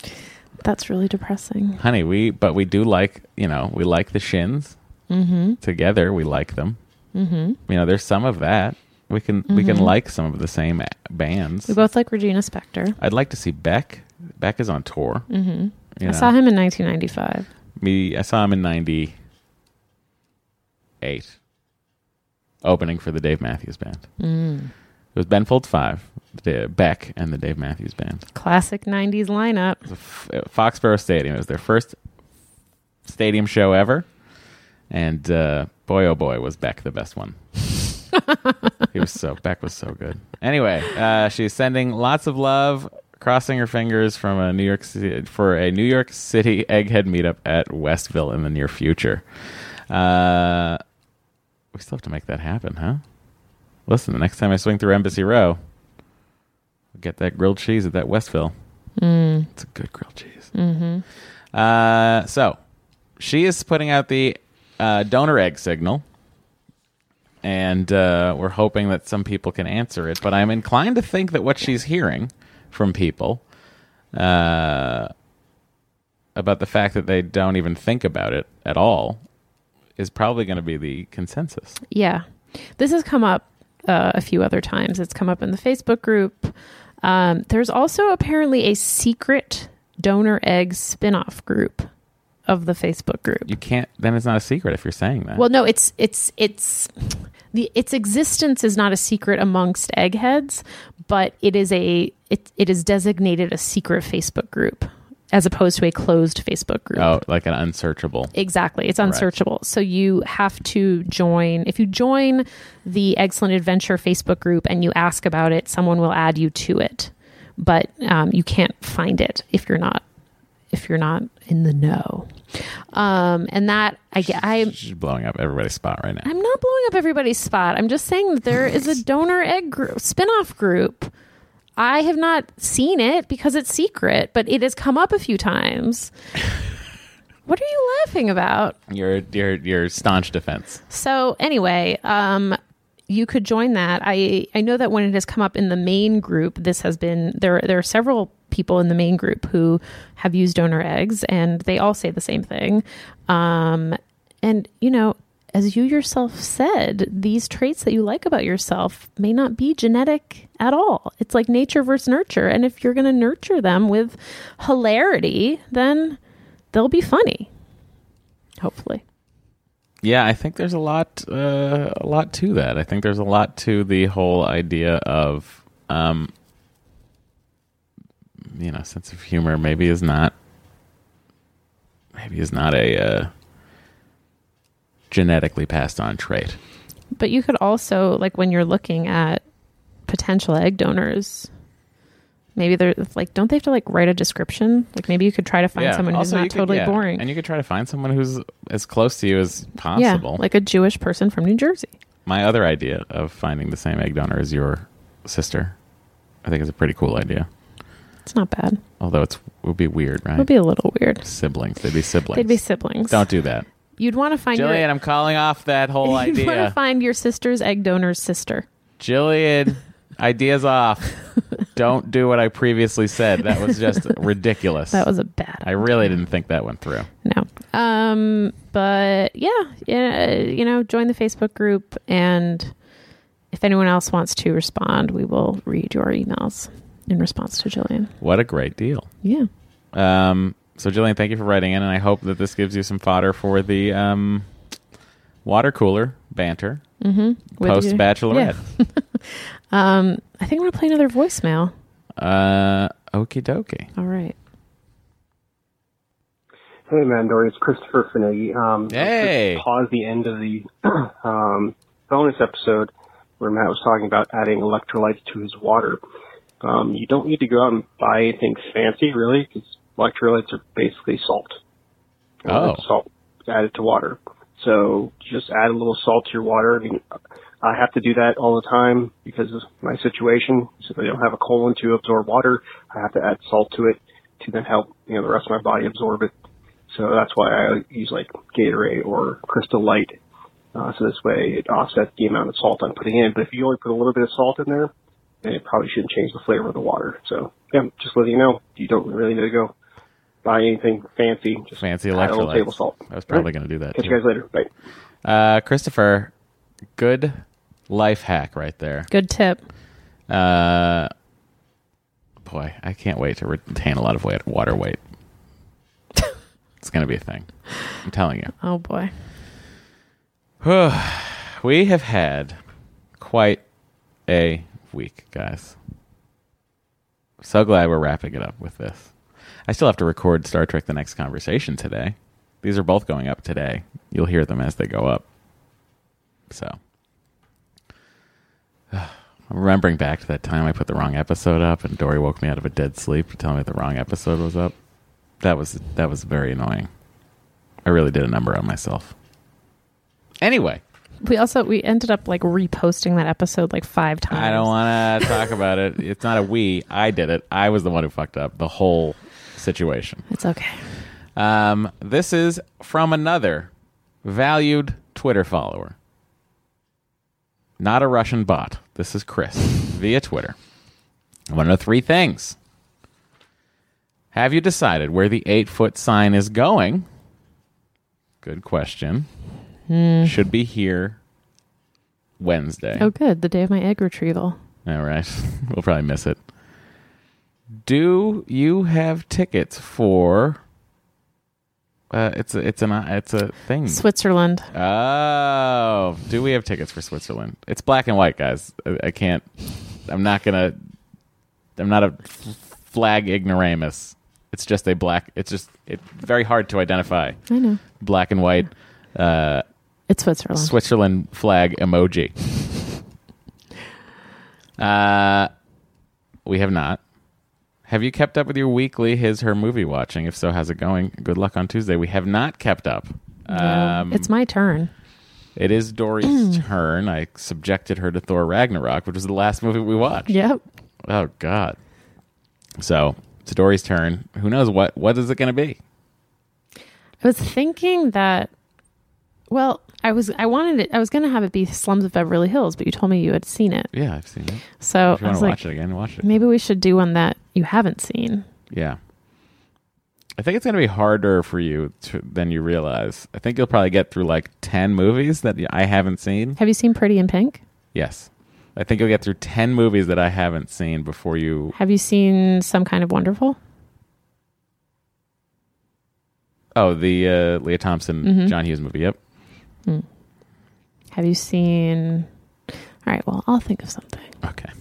that's really depressing.
honey we but we do like you know we like the shins mm-hmm. together we like them mm-hmm. you know there's some of that We can we can like some of the same a- bands.
We both like Regina Spektor.
I'd like to see Beck. Beck is on tour.
hmm
you
I
know.
saw him in 1995.
Me, I saw him in '98, opening for the Dave Matthews Band.
Mm.
It was Ben Folds Five, the Beck, and the Dave Matthews Band.
Classic 90s lineup.
It was a f- at Foxborough Stadium. It was their first stadium show ever, and uh, boy, oh boy, was Beck the best one. he was so Beck was so good. Anyway, uh, she's sending lots of love, crossing her fingers from a New York City for a New York City Egghead meetup at Westville in the near future. Uh, we still have to make that happen, huh? Listen, the next time I swing through Embassy Row, get that grilled cheese at that Westville. It's a good grilled cheese. Mm-hmm. Uh, so she is putting out the uh, donor egg signal. And uh, we're hoping that some people can answer it. But I'm inclined to think that what she's hearing from people uh, about the fact that they don't even think about it at all is probably going to be the consensus.
Yeah. This has come up uh, a few other times. It's come up in the Facebook group. Um, there's also apparently a secret donor egg spin-off group of the Facebook group.
You can't, then it's not a secret if you're saying that.
Well, no, it's it's it's the its existence is not a secret amongst eggheads, but it is a it it is designated a secret Facebook group as opposed to a closed Facebook group.
oh, like an unsearchable.
Exactly. It's unsearchable. So you have to join. If you join the Excellent Adventure Facebook group and you ask about it, someone will add you to it. But um, you can't find it if you're not if you're not in the know. Um, and that I ge- I
She's blowing up everybody's spot right now.
I'm not blowing up everybody's spot. I'm just saying that there is a donor egg group, spinoff group. I have not seen it because it's secret, but it has come up a few times. what are you laughing about?
Your, your, your staunch defense.
So anyway, um, you could join that. I I know that when it has come up in the main group, this has been there. There are several people in the main group who have used donor eggs, and they all say the same thing. Um, and you know, as you yourself said, these traits that you like about yourself may not be genetic at all. It's like nature versus nurture, and if you're going to nurture them with hilarity, then they'll be funny. Hopefully.
Yeah, I think there's a lot, uh, a lot to that. I think there's a lot to the whole idea of, um, you know, sense of humor. Maybe is not, maybe is not a uh, genetically passed on trait.
But you could also like when you're looking at potential egg donors, maybe they're like, don't they have to like write a description? Like maybe you could try to find someone who's
Also, you
not
could-
totally
yeah,
boring.
and you could try to find someone who's as close to you as
yeah,
possible.
like a Jewish person from New Jersey.
my other idea of finding the same egg donor as your sister, I think is a pretty cool idea.
It's not bad.
Although it's it would be weird,
It
right?
would be a little weird.
siblings. They'd be siblings.
They'd be siblings.
Don't do that.
You'd want to find
Jillian,
your
I'm calling off that whole
you'd want to
idea.
find your sister's egg donor's sister.
Jillian, ideas off. Don't do what I previously said. That was just ridiculous.
That was a bad.
I really didn't think that went through.
No. Um, but yeah, yeah, uh, you know, join the Facebook group and if anyone else wants to respond, we will read your emails in response to Jillian.
What a great deal.
Yeah.
Um, so, Jillian, thank you for writing in, and I hope that this gives you some fodder for the um, water cooler banter
With
post
you.
bachelorette.
Um, I think I'm going to play another voicemail.
Uh, Okie dokie.
All right.
Hey, Mandori, it's Christopher Finnegy. Um,
Hey.
I just paused the end of the um, bonus episode where Matt was talking about adding electrolytes to his water. Um, you don't need to go out and buy anything fancy, really, because electrolytes are basically salt.
Oh.
It's Salt added to water. So just add a little salt to your water. I mean, I have to do that all the time because of my situation. So if I don't have a colon to absorb water, I have to add salt to it to then help, you know, the rest of my body absorb it. So that's why I use like Gatorade or Crystal Light. Uh, so this way it offsets the amount of salt I'm putting in. But if you only put a little bit of salt in there, then it probably shouldn't change the flavor of the water. So yeah, just letting you know, you don't really need to go buy anything fancy. Just
Fancy
add a little
electrolytes.
table salt.
I was probably
Alright.
going to do that.
Catch you
too.
guys later. Bye.
Uh, Christopher, Uh, good Life hack right there.
Good tip.
Uh, boy, I can't wait to retain a lot of weight, water weight. it's going to be a thing. I'm telling you.
Oh boy.
We have had quite a week, guys. So glad we're wrapping it up with this. I still have to record Star Trek The Next Conversation today. These are both going up today. You'll hear them as they go up. So. I'm remembering back to that time I put the wrong episode up and Dory woke me out of a dead sleep to tell me the wrong episode was up. That was that was very annoying. I really did a number on myself. Anyway,
We also we ended up like reposting that episode like five times.
I don't want to talk about it. It's not a we. I did it. I was the one who fucked up the whole situation.
It's okay.
Um, this is from another valued Twitter follower. Not a Russian bot. This is Chris via Twitter. I want to know three things. Have you decided where the eight foot sign is going? Good question. Should be here Wednesday.
Oh, good. The day of my egg retrieval.
All right. We'll probably miss it. Do you have tickets for uh, it's a, it's an it's a thing.
Switzerland.
oh, do we have tickets for Switzerland? It's black and white, guys. I, I can't I'm not going to I'm not a f- flag ignoramus. It's just a black it's just it's very hard to identify.
I know.
Black and white uh
It's Switzerland.
Switzerland flag emoji. Uh, we have not. Have you kept up with your weekly his her movie watching? If so, how's it going? Good luck on Tuesday. We have not kept up. Um,
it's my turn.
it is Dory's turn. I subjected her to Thor Ragnarok, which was the last movie we watched.
Yep.
Oh God. So it's Dory's turn. Who knows what? What is it going to be?
I was thinking that. Well, I was I wanted it. I was going to have it be Slums of Beverly Hills, but you told me you had seen it.
Yeah, I've seen it.
So
If you want
I was
to
like,
watch it again, watch it.
maybe we should do one that you haven't seen.
Yeah. I think it's going to be harder for you to, than you realize. I think you'll probably get through like 10 movies that I haven't seen.
Have you seen Pretty in Pink?
Yes. I think you'll get through 10 movies that I haven't seen before you.
Have you seen Some Kind of Wonderful?
Oh, the uh, Leah Thompson, John Hughes movie. Yep.
Have you seen? All right. Well, I'll think of something.
Okay.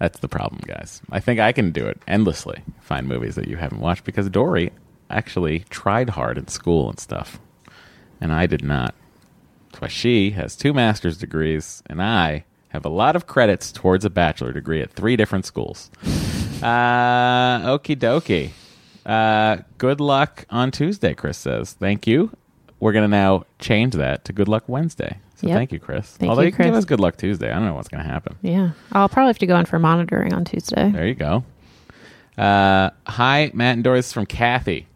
That's the problem, guys. I think I can do it endlessly. Find movies that you haven't watched because Dory actually tried hard in school and stuff. And I did not. That's why she has two master's degrees and I have a lot of credits towards a bachelor degree at three different schools. Uh, okie dokie. Uh, good luck on Tuesday, Chris says. Thank you. We're going to now change that to Good Luck Wednesday. So
Yep.
thank you, Chris.
Thank
Although
you,
you, can give
Chris.
us Good Luck Tuesday. I don't know what's going to happen.
Yeah, I'll probably have to go in for monitoring on Tuesday.
There you go. Uh, hi, Matt and Doris from Kathy.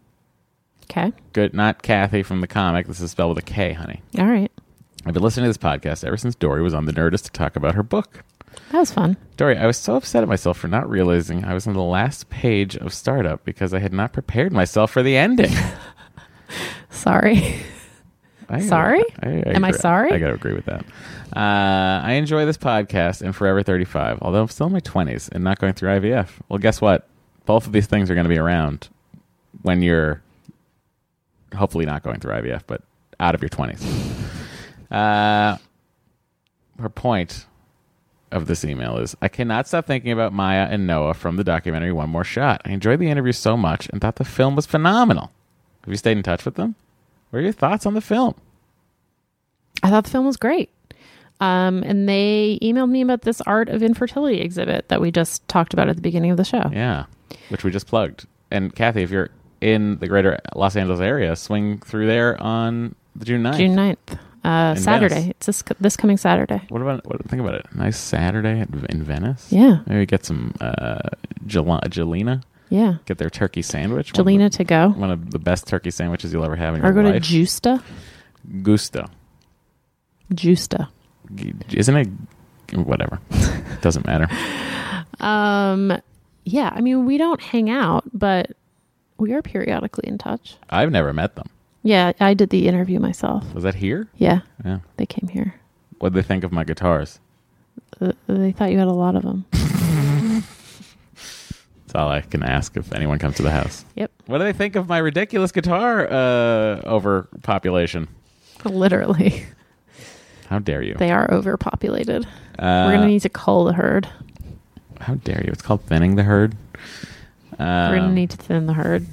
Okay.
Good, not Kathy from the comic. This is spelled with a K, honey.
All right.
I've been listening to this podcast ever since Dory was on the Nerdist to talk about her book.
That was fun.
Dory, I was so upset at myself for not realizing I was on the last page of Startup because I had not prepared myself for the ending.
Sorry.
I-
Sorry? Am I
agree.
sorry?
I gotta agree with that. Uh, I enjoy this podcast and Forever 35, although I'm still in my 20s and not going through IVF. Well, guess what? Both of these things are going to be around when you're hopefully not going through IVF, but out of your 20s. Uh, her point of this email is I cannot stop thinking about Maya and Noah from the documentary One More Shot. I enjoyed the interview so much and thought the film was phenomenal. Have you stayed in touch with them? What are your thoughts on the film?
I thought the film was great. Um, and they emailed me about this art of infertility exhibit that we just talked about at the beginning of the show.
Yeah, which we just plugged. And Kathy, if you're in the greater Los Angeles area, swing through there on the June 9th.
June 9th, uh,
Venice.
Saturday. It's this, this coming Saturday.
What about what, think about it? Nice Saturday at, in Venice.
Yeah.
maybe get some uh, Jala- Jelena.
Yeah.
Get their turkey sandwich. one
Jelena
of,
to go
the, one of the best turkey sandwiches you'll ever have in
or
your
go to
life.
Justa.
Gusto,
Justa.
G- isn't it? Whatever, doesn't matter.
Um, yeah. I mean, we don't hang out, but we are periodically in touch.
I've never met them.
Yeah. I did the interview myself.
Was that here?
Yeah.
Yeah.
They came here.
What would they think of my guitars?
Uh, They thought you had a lot of them.
That's all I can ask if anyone comes to the house.
Yep.
What do they think of my ridiculous guitar uh, overpopulation?
Literally.
How dare you?
They are overpopulated.
Uh,
We're going to need to cull the herd.
How dare you? It's called thinning the herd. Uh,
We're going to need to thin the herd.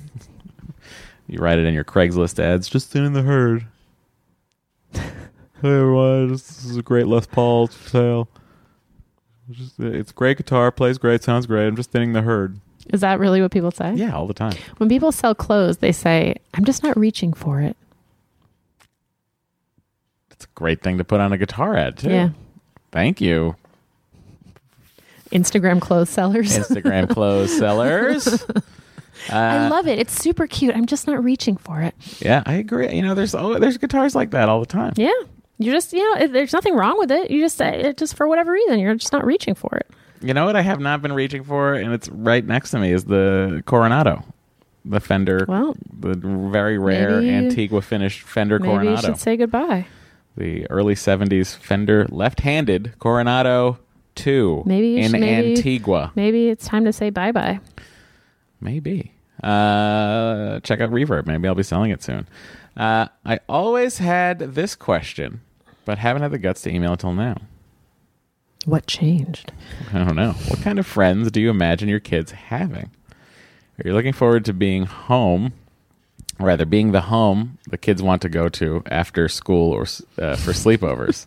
You write it in your Craigslist ads. Just thinning the herd. hey everyone, this is a great Les Paul for sale. Just, it's great guitar, plays great, sounds great. I'm just thinning the herd.
Is that really what people say?
Yeah, all the time.
When people sell clothes, they say, I'm just not reaching for it.
It's a great thing to put on a guitar ad too.
Yeah.
Thank you,
Instagram clothes sellers.
Instagram clothes sellers.
I love it. It's super cute. I'm just not reaching for it.
Yeah, I agree. You know, there's oh, there's guitars like that all the time.
Yeah. You just, you know, it- there's nothing wrong with it. You just, uh, it just for whatever reason, you're just not reaching for it.
You know what I have not been reaching for, and it's right next to me is the Coronado, the Fender,
Well,
the very rare
maybe-
Antigua finished Fender
Maybe you
Coronado,
should say goodbye.
the early '70s Fender left-handed Coronado two
Maybe you
in
should- maybe-
Antigua.
Maybe it's time to say bye bye.
Maybe. Uh, check out Reverb. Maybe I'll be selling it soon. Uh, I always had this question, but haven't had the guts to email until now.
What changed?
I don't know. What kind of friends do you imagine your kids having? Are you looking forward to being home, or rather being the home the kids want to go to after school or s- uh, for sleepovers?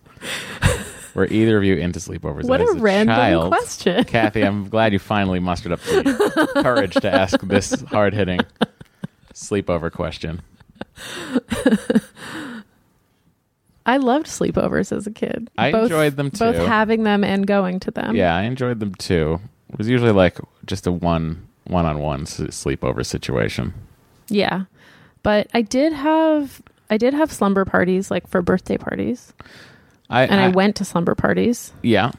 Were either of you into sleepovers?
What
as
a random
child?
question.
Kathy. I'm glad you finally mustered up the courage to ask this hard hitting sleepover question.
I loved sleepovers as a kid.
I enjoyed them
Both
too.
having them and going to them.
Yeah, I enjoyed them too. It was usually like just a one one on one sleepover situation.
Yeah. But I did have I did have slumber parties like for birthday parties.
I
And I went to slumber parties,
Yeah,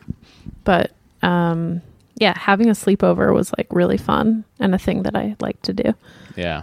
but um yeah, having a sleepover was like really fun and a thing that I like to do.
yeah.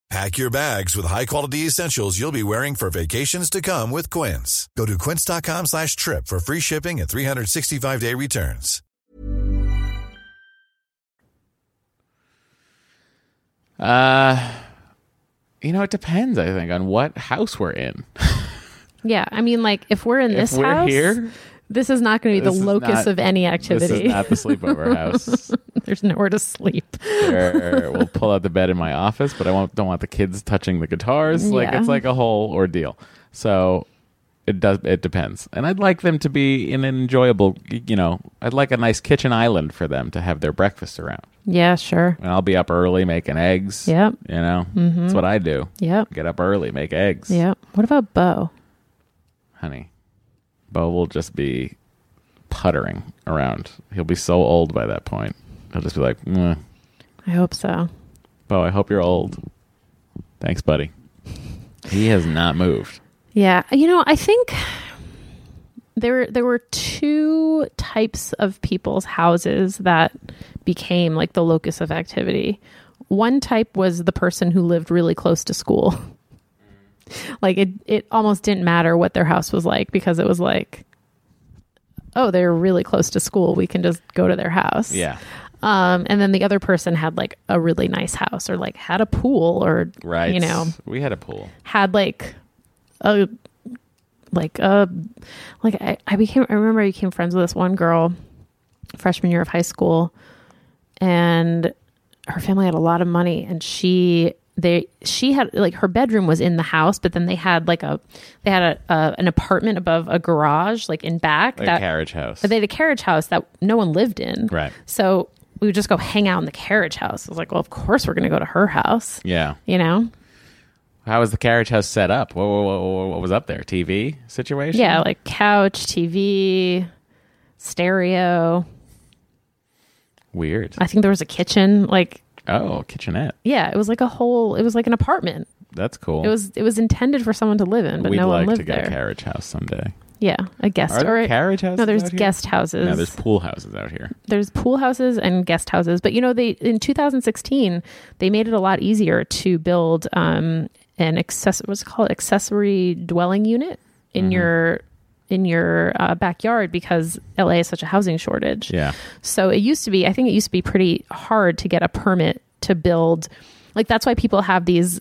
Pack your bags with high-quality essentials you'll be wearing for vacations to come with Quince. Go to quince.com slash trip for free shipping and 365-day returns.
Uh, you know, it depends. I think on what house we're in.
Yeah, I mean like if we're in this
if we're
house,
here,
this is not going to be
this
the
is
locus
not-
of any activity.
This is not the sleepover house.
There's nowhere to sleep.
There- we'll pull out the bed in my office, but I won't, don't want the kids touching the guitars. Like
Yeah.
it's like a whole ordeal. So it does. It depends, and I'd like them to be in an enjoyable. You know, I'd like a nice kitchen island for them to have their breakfast around.
Yeah, sure.
And I'll be up early making eggs.
Yep.
You know, that's what I do.
Yep.
Get up early, make eggs.
Yep. What about Bo?
honey, Bo will just be puttering around. He'll be so old by that point. He'll just be like, "Mwah.
I hope so.
Bo, I hope you're old. Thanks, buddy. He has not moved.
Yeah, you know, I think there there were two types of people's houses that became like the locus of activity. One type was the person who lived really close to school.
Mm.
like it it almost didn't matter what their house was like because it was like oh, they're really close to school, we can just go to their house.
Yeah.
Um and then the other person had like a really nice house or like had a pool or
Right.
you know
we had a pool.
had like a like a like I, I became I remember I became friends with this one girl freshman year of high school and her family had a lot of money and she they she had like her bedroom was in the house but then they had like a they had a, a an apartment above a garage like in back
Like a carriage house.
but they had a carriage house that no one lived in
Right.
so we would just go hang out in the carriage house I was like well of course we're gonna go to her house
yeah.
you know
How was the carriage house set up? What, what, what, what was up there? TV situation?
Yeah, like couch, TV, stereo.
Weird.
I think there was a kitchen. Like
oh, kitchenette.
Yeah, it was like a whole. It was like an apartment.
That's cool.
It was it was intended for someone to live in, but
We'd
no
like
one lived
to go
there.
carriage house someday.
yeah, a guest
Are
or
there carriage houses?
no, there's
out here?
guest houses.
No, there's pool houses out here.
there's pool houses and guest houses but you know they in 2016 they made it a lot easier to build um an access what's it called accessory dwelling unit in
Mm-hmm.
your in your uh, backyard because LA is such a housing shortage
Yeah.
so it used to be, I think it used to be pretty hard to get a permit to build. Like that's why people have these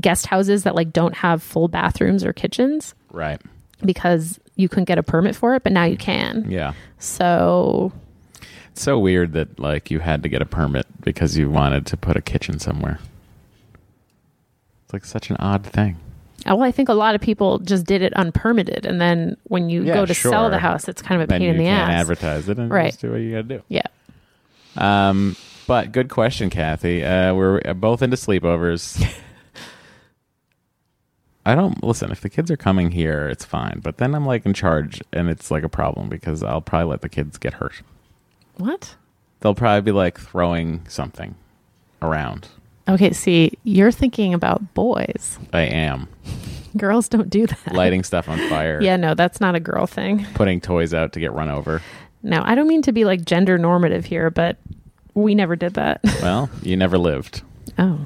guest houses that like don't have full bathrooms or kitchens
Right.
because you couldn't get a permit for it, but now you can.
Yeah.
So
It's so weird that like you had to get a permit because you wanted to put a kitchen somewhere. It's like such an odd thing.
uh, well, I think a lot of people just did it unpermitted, and then when you
Yeah,
go to sell
sure.
the house, it's kind of a
Then
pain
you
in the
can't
ass.
advertise it and
Right.
just do what you got to do.
yeah,
Um, but good question, Kathy. Uh, we're both into sleepovers. I don't listen. If the kids are coming here, it's fine. But then I'm like in charge, and it's like a problem because I'll probably let the kids get hurt.
what?
They'll probably be like throwing something around.
Okay, see, you're thinking about boys.
I am
Girls don't do that.
lighting stuff on fire,
Yeah, no, that's not a girl thing.
putting toys out to get run over.
No, I don't mean to be like gender normative here, but we never did that.
Well, you never lived.
oh.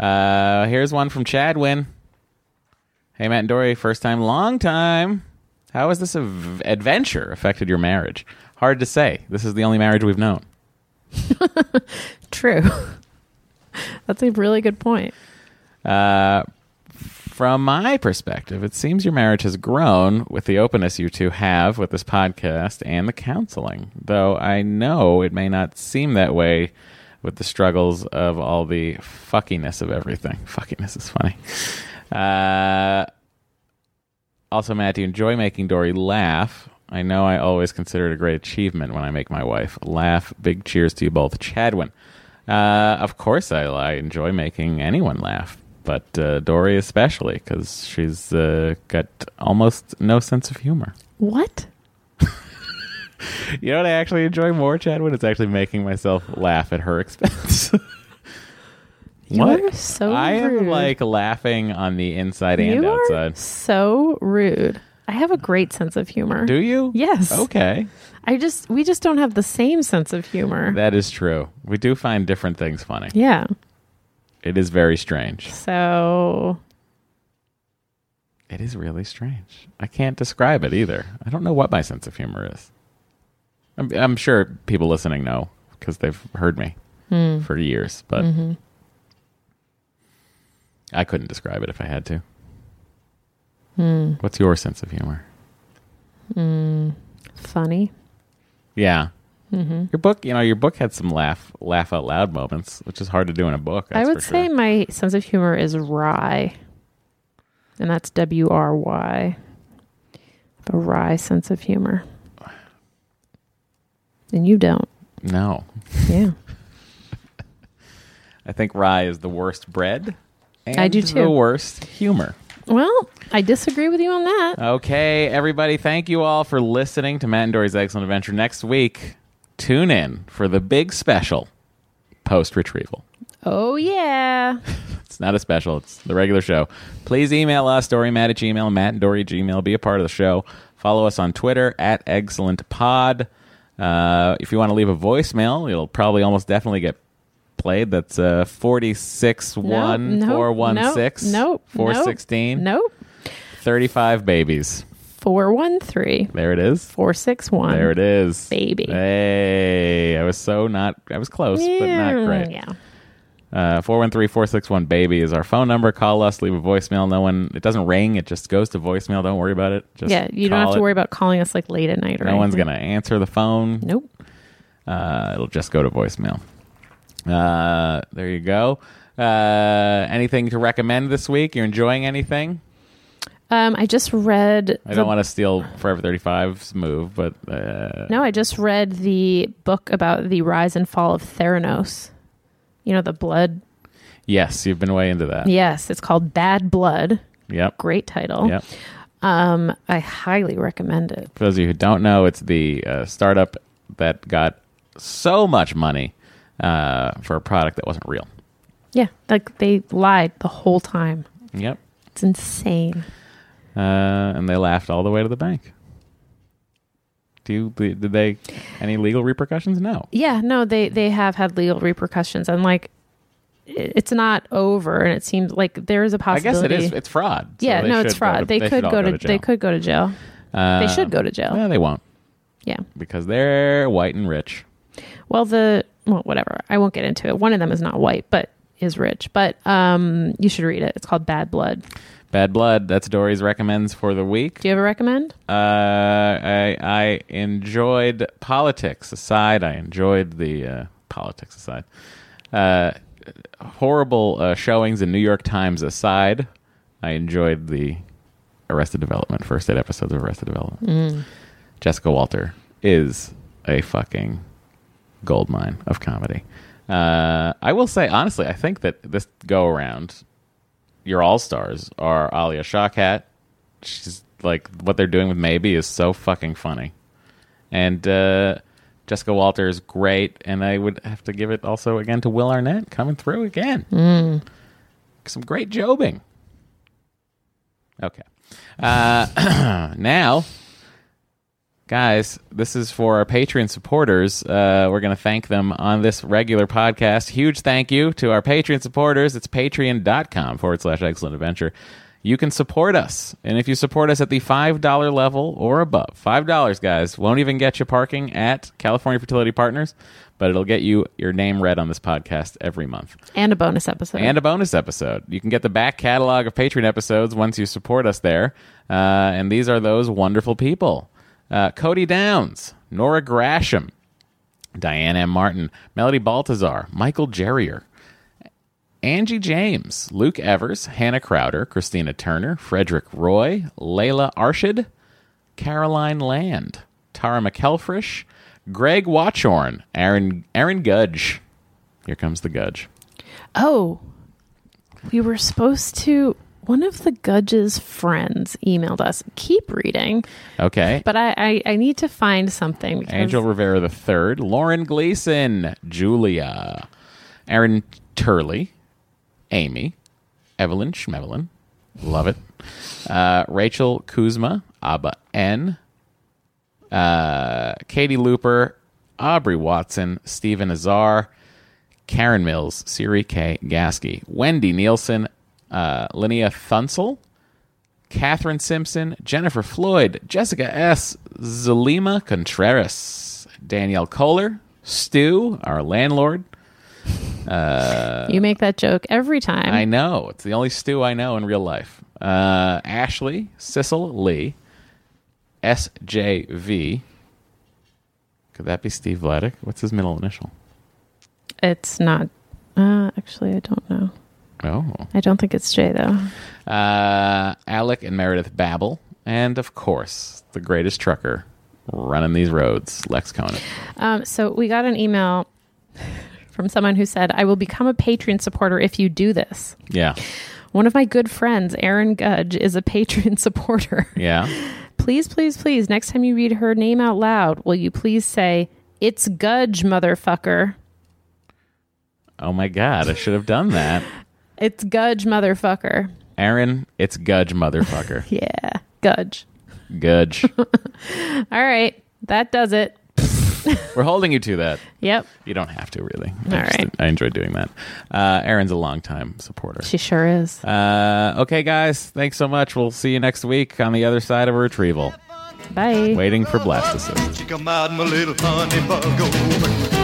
Uh, here's one from Chadwin. Hey, Matt and Dory, first time, long time. How has this av- adventure affected your marriage? Hard to say. This is the only marriage we've known.
True. That's a really good point.
Uh, from my perspective, it seems your marriage has grown with the openness you two have with this podcast and the counseling, though I know it may not seem that way with the struggles of all the fuckiness of everything. Fuckiness is funny. Uh, also, Matt, do you enjoy making Dory laugh? I know I always consider it a great achievement when I make my wife laugh. Big cheers to you both, Chadwin. Uh, of course, I, I enjoy making anyone laugh, but uh, Dory especially because she's uh, got almost no sense of humor.
What?
You know what I actually enjoy more, Chadwin? It's actually making myself laugh at her expense.
You are so
I am
rude.
like laughing on the inside and
you
outside.
are so rude. I have a great sense of humor.
Do you?
Yes.
Okay.
I just we just don't have the same sense of humor.
That is true. We do find different things funny.
yeah.
It is very strange.
So
It is really strange. I can't describe it either. I don't know what my sense of humor is. I'm, I'm sure people listening know because they've heard me
Hmm.
for years, but
Mm-hmm.
I couldn't describe it if I had to.
Hmm.
What's your sense of humor?
funny.
Yeah.
Mm-hmm.
Your book, you know, your book had some laugh laugh out loud moments, which is hard to do in a book.
I
that's
would
for sure.
say my sense of humor is wry. And that's W R Y. A wry sense of humor. And you don't.
no.
Yeah.
I think rye is the worst bread. And
I do
The
too.
worst humor.
Well, I disagree with you on that.
Okay, everybody, thank you all for listening to Matt and Dory's Excellent Adventure. Next week, tune in for the big special post retrieval.
Oh yeah.
It's not a special, it's the regular show. Please email us, dorymatt at gmail, matt and dory at gmail. Be a part of the show. Follow us on Twitter at excellentpod. Uh, if you want to leave a voicemail, it'll probably almost definitely get played. That's uh, 461
Nope, nope,
416
Nope. nope,
416
Nope.
35 babies.
Four one three.
There it is.
Four six one.
There it is.
Baby.
Hey, I was so not, I was close, but not great.
Yeah.
Uh, 413-461 baby is our phone number. Call us, leave a voicemail. No one, it doesn't ring. It just goes to voicemail. Don't worry about it. Just
Yeah. You don't
call
have to
it.
worry about calling us like late at night or
No one's
anything.
going to answer the phone.
Nope.
Uh, it'll just go to voicemail. Uh, there you go. Uh, anything to recommend this week? You're enjoying anything?
Um, I just read
I don't want to steal Forever 35's move, but uh,
No, I just read the book about the rise and fall of Theranos. You know, the blood.
yes, you've been way into that.
Yes, it's called Bad Blood.
Yep.
Great title.
Yep.
Um, I highly recommend it.
For those of you who don't know, it's the uh, startup that got so much money uh, for a product that wasn't real.
Yeah, like they lied the whole time.
Yep.
It's insane.
Uh, and they laughed all the way to the bank. Do you, did they any legal repercussions? No.
Yeah, no, they they have had legal repercussions, and like it- it's not over, and it seems like there is a
I
possibility.
guess it is. It's fraud. so
yeah,
they
no, it's
should go to-
fraud. they,
should
could
all
go to, they
jail.
could go to jail.
Uh,
they should go to jail.
Well, they won't
yeah.
because they're white and rich.
Well, the well, whatever. I won't get into it. One of them is not white, but is rich. But um, you should read it. It's called Bad Blood.
Bad blood. That's Dory's recommends for the week.
Do you ever recommend?
Uh, I I enjoyed politics aside. I enjoyed the uh, politics aside. Uh, horrible uh, showings in New York Times aside. I enjoyed the Arrested Development first eight episodes of Arrested Development. Jessica Walter is a fucking gold mine of comedy. Uh, I will say honestly, I think that this go around, your all stars are Alia Shawkat. She's like what they're doing with Maybe is so fucking funny, and uh, Jessica Walter is great. And I would have to give it also again to Will Arnett coming through again. Some great jobbing. Okay, uh, now guys this is for our patreon supporters uh, we're going to thank them on this regular podcast huge thank you to our patreon supporters it's patreon.com forward slash excellent adventure you can support us and if you support us at the $5 level or above $5 guys won't even get you parking at california fertility partners but it'll get you your name read on this podcast every month
And a bonus episode.
and a bonus episode. You can get the back catalog of Patreon episodes once you support us there. Uh, and these are those wonderful people uh, Cody Downs, Nora Grasham, Diane M. Martin, Melody Baltazar, Michael Jerrier, Angie James, Luke Evers, Hannah Crowder, Christina Turner, Frederick Roy, Layla Arshid, Caroline Land, Tara McElfrish, Greg Watchorn, Aaron, Aaron Gudge. Here comes the Gudge.
oh, we were supposed to. One of the Gudge's friends emailed us. Keep reading,
Okay.
but I I, I need to find something. Because
Angel Rivera the third, Lauren Gleason, Julia, Aaron Turley, Amy, Evelyn Schmevelin, love it, uh, Rachel Kuzma, Abba N, uh, Katie Looper, Aubrey Watson, Stephen Azar, Karen Mills, Siri K. Gasky, Wendy Nielsen, uh, Linnea Thunsell, Catherine Simpson, Jennifer Floyd, Jessica S., Zalima Contreras, Danielle Kohler, Stu, our landlord.
You make that joke every time.
I know. It's the only Stu I know in real life. Uh, Ashley, Cecil Lee, SJV. Could that be Steve Vladek? What's his middle initial?
It's not. Uh, actually, I don't know.
Oh.
I don't think it's Jay though.
Uh, Alec and Meredith Babel. And of course, the greatest trucker running these roads, Lex Conant.
Um, so we got an email from someone who said, "I will become a Patreon supporter if you do this."
Yeah.
One of my good friends, Aaron Gudge, is a Patreon supporter.
Yeah.
please, please, please, next time you read her name out loud, will you please say, "It's Gudge, motherfucker."
Oh my God, I should have done that.
It's Gudge, motherfucker.
Aaron, it's Gudge, motherfucker.
Yeah, Gudge.
Gudge.
All right, that does it.
We're holding you to that.
Yep,
You don't have to, really.
All
I just-
right.
I enjoy doing that. Uh, Aaron's a longtime supporter.
she sure is.
Uh, okay, guys, thanks so much. We'll see you next week on the other side of a retrieval.
Bye.
Waiting for blastocysts.
She come out my little honey bug. oh,